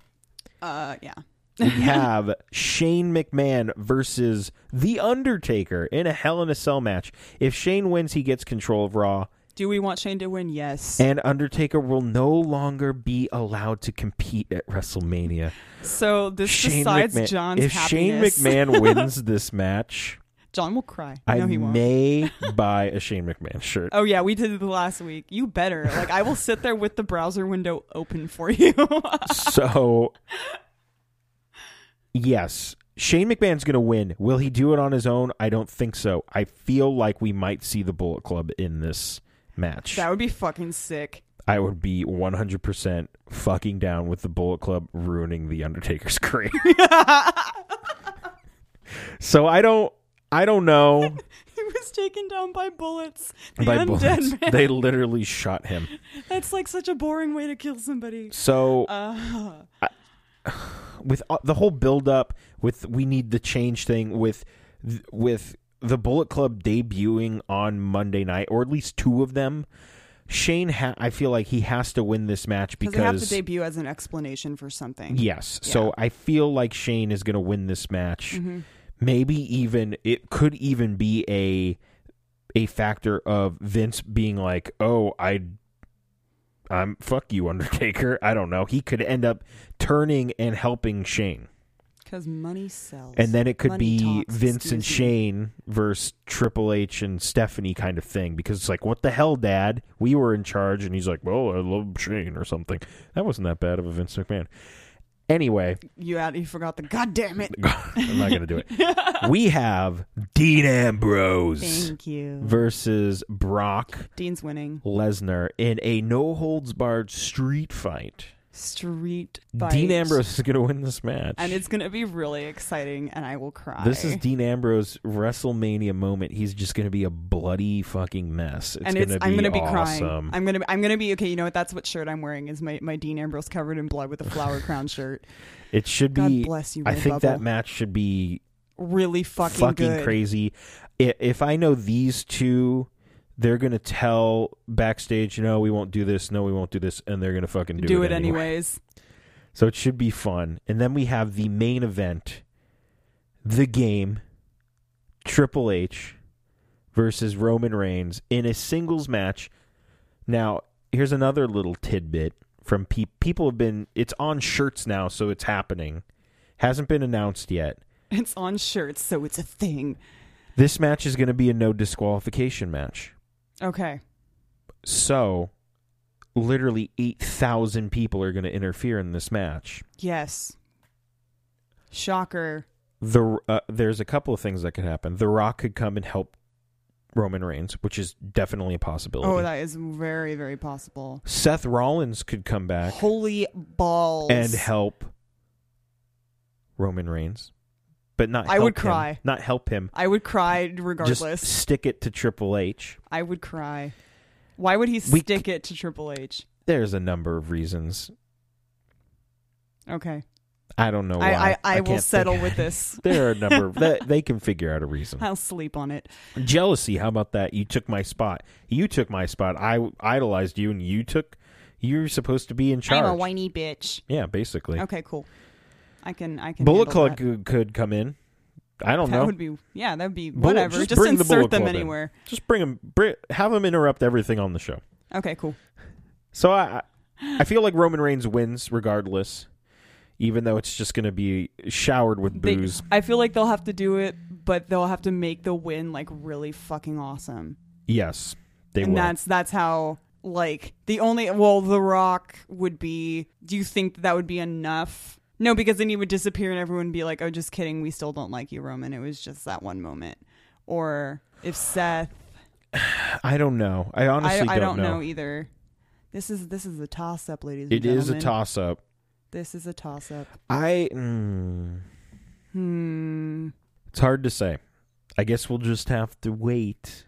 Speaker 3: Uh, yeah.
Speaker 2: We have Shane McMahon versus The Undertaker in a Hell in a Cell match. If Shane wins, he gets control of Raw.
Speaker 3: Do we want Shane to win? Yes.
Speaker 2: And Undertaker will no longer be allowed to compete at WrestleMania.
Speaker 3: so this
Speaker 2: Shane
Speaker 3: decides
Speaker 2: McMahon-
Speaker 3: John's
Speaker 2: if
Speaker 3: happiness.
Speaker 2: Shane McMahon wins this match,
Speaker 3: John will cry.
Speaker 2: I
Speaker 3: no, he won't.
Speaker 2: may buy a Shane McMahon shirt.
Speaker 3: Oh yeah, we did it the last week. You better. Like I will sit there with the browser window open for you.
Speaker 2: So, yes, Shane McMahon's going to win. Will he do it on his own? I don't think so. I feel like we might see the Bullet Club in this match.
Speaker 3: that would be fucking sick.
Speaker 2: I would be 100% fucking down with the Bullet Club ruining the Undertaker's career. so I don't I don't know
Speaker 3: He was taken down by bullets. The
Speaker 2: by
Speaker 3: undead
Speaker 2: bullets.
Speaker 3: man.
Speaker 2: They literally shot him.
Speaker 3: That's like such a boring way to kill somebody.
Speaker 2: So
Speaker 3: Uh,
Speaker 2: with uh, the whole build up with we need the change thing with th- with the Bullet Club debuting on Monday night or at least two of them Shane ha- I feel like he has to win this match
Speaker 3: because they have to
Speaker 2: because
Speaker 3: debut as an explanation for something.
Speaker 2: yes so I feel like Shane is going to win this match
Speaker 3: Mm-hmm.
Speaker 2: maybe even it could even be a a factor of Vince being like oh I I'm fuck you Undertaker I don't know he could end up turning and helping Shane
Speaker 3: Because money sells.
Speaker 2: and then it could
Speaker 3: Money
Speaker 2: be
Speaker 3: talks,
Speaker 2: Vince and
Speaker 3: excuse me.
Speaker 2: Shane versus Triple H and Stephanie kind of thing because it's like, what the hell, Dad? We were in charge, and he's like, well, I love Shane or something. That wasn't that bad of a Vince McMahon. Anyway,
Speaker 3: You had you forgot the goddamn it.
Speaker 2: I'm not gonna do it. we have Dean Ambrose
Speaker 3: Thank you.
Speaker 2: versus Brock
Speaker 3: Dean's winning.
Speaker 2: Lesnar in a no holds barred street fight.
Speaker 3: Street fight.
Speaker 2: Dean Ambrose is gonna win this match,
Speaker 3: And it's gonna be really exciting, and I will cry.
Speaker 2: This is Dean Ambrose WrestleMania moment. He's just going to be a bloody fucking mess. It's
Speaker 3: and
Speaker 2: going to
Speaker 3: it's
Speaker 2: be
Speaker 3: I'm gonna be crying.
Speaker 2: awesome.
Speaker 3: I'm gonna I'm gonna be okay. You know what? That's what shirt I'm wearing is my, my Dean Ambrose covered in blood with a flower crown shirt.
Speaker 2: It should
Speaker 3: God
Speaker 2: be.
Speaker 3: bless you,
Speaker 2: I
Speaker 3: Red
Speaker 2: think that
Speaker 3: Bubble.
Speaker 2: match should be
Speaker 3: Really fucking,
Speaker 2: fucking,
Speaker 3: good.
Speaker 2: crazy. I- If I know these two, they're going to tell backstage, no, we won't do this. No, we won't do this. And they're going to fucking do,
Speaker 3: Do, it anyways.
Speaker 2: So it should be fun. And then we have the main event, the game, Triple H versus Roman Reigns in a singles match. Now, here's another little tidbit from pe- people have been it's on shirts now, so it's happening. Hasn't been announced yet.
Speaker 3: It's on shirts, so it's a thing.
Speaker 2: This match is going to be a no disqualification match.
Speaker 3: Okay.
Speaker 2: So, literally 8,000 people are going to interfere in this match.
Speaker 3: Yes. Shocker.
Speaker 2: the uh, there's a couple of things that could happen. The Rock could come and help Roman Reigns, which is definitely a possibility.
Speaker 3: Oh, that is very, very possible.
Speaker 2: Seth Rollins could come back
Speaker 3: Holy balls.
Speaker 2: and help Roman Reigns, but not.
Speaker 3: I
Speaker 2: help
Speaker 3: would
Speaker 2: him-
Speaker 3: cry.
Speaker 2: Not help him.
Speaker 3: I would cry regardless.
Speaker 2: Just stick it to Triple H.
Speaker 3: I would cry. Why would he
Speaker 2: We
Speaker 3: stick it to Triple H?
Speaker 2: There's a number of reasons.
Speaker 3: Okay.
Speaker 2: Oh, I don't know why.
Speaker 3: I, I, I, will
Speaker 2: can't
Speaker 3: settle
Speaker 2: think-
Speaker 3: with this.
Speaker 2: There are a number of that they can figure out a reason.
Speaker 3: I'll sleep on it.
Speaker 2: Jealousy. How about that? You took my spot. You took my spot. I idolized you, and you took. You're supposed to be in charge.
Speaker 3: I'm a whiny bitch.
Speaker 2: Yeah, basically.
Speaker 3: Okay, cool. I can I can
Speaker 2: Bullet
Speaker 3: handle
Speaker 2: Club
Speaker 3: that.
Speaker 2: could, could come in. I don't
Speaker 3: That
Speaker 2: know.
Speaker 3: would be yeah, that'd be
Speaker 2: Bullet-
Speaker 3: whatever.
Speaker 2: just
Speaker 3: Just,
Speaker 2: bring the Bullet
Speaker 3: insert them
Speaker 2: Club in.
Speaker 3: anywhere.
Speaker 2: Just bring him. Bring, have him interrupt everything on the show.
Speaker 3: Okay, cool.
Speaker 2: So I, I- I feel like Roman Reigns wins regardless, even though it's just going to be showered with
Speaker 3: They-
Speaker 2: booze.
Speaker 3: I feel like they'll have to do it, but they'll have to make the win like really fucking awesome.
Speaker 2: yes, they
Speaker 3: and
Speaker 2: will.
Speaker 3: that's that's how like the only well the rock would be do you think that, that would be enough no because then he would disappear and everyone would be like oh just kidding we still don't like you roman it was just that one moment or if seth
Speaker 2: I don't know. I honestly
Speaker 3: I, I
Speaker 2: don't, know.
Speaker 3: either this is this is a toss up ladies and
Speaker 2: It is a
Speaker 3: gentlemen.
Speaker 2: toss up.
Speaker 3: this is a toss up
Speaker 2: I. Mm,
Speaker 3: hmm
Speaker 2: it's hard to say. I guess we'll just have to wait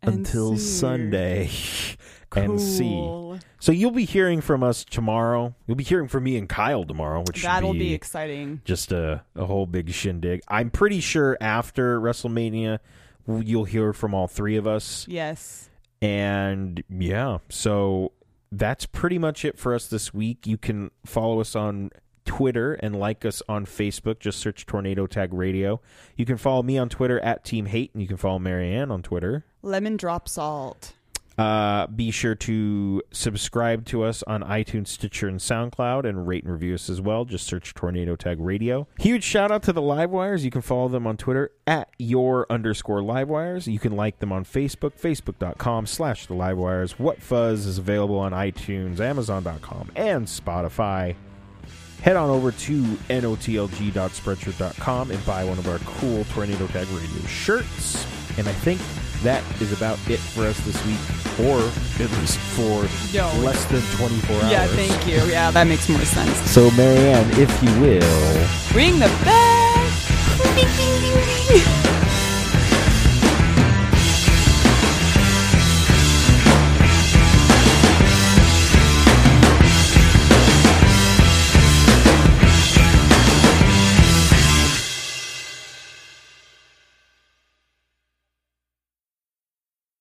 Speaker 3: And
Speaker 2: until
Speaker 3: see.
Speaker 2: Sunday and see.
Speaker 3: Cool.
Speaker 2: So you'll be hearing from us tomorrow. You'll be hearing from me and Kyle tomorrow, which should
Speaker 3: that'll
Speaker 2: be,
Speaker 3: be exciting
Speaker 2: just a, a whole big shindig. I'm pretty sure after WrestleMania, w- you'll hear from all three of us.
Speaker 3: yes
Speaker 2: And yeah, so that's pretty much it for us this week. You can follow us on Twitter and like us on Facebook. Just search Tornado Tag Radio. You can follow me on Twitter at Team Hate, and you can follow Marianne on Twitter.
Speaker 3: lemon drop salt
Speaker 2: Uh, be sure to subscribe to us on iTunes, Stitcher, and SoundCloud, and rate and review us as well. Just search Tornado Tag Radio. Huge shout out to the Livewires. You can follow them on Twitter at your underscore Livewires. You can like them on Facebook, facebook.com slash the Livewires. What Fuzz is available on iTunes, Amazon.com, and Spotify. Head on over to notlg.spreadshirt.com and buy one of our cool Tornado Tag Radio shirts. And I think that is about it for us this week, or at least for
Speaker 3: Yo.
Speaker 2: less than 24 hours.
Speaker 3: yeah thank you yeah that makes more sense
Speaker 2: So, Marianne, if you will.
Speaker 3: Ring the bell.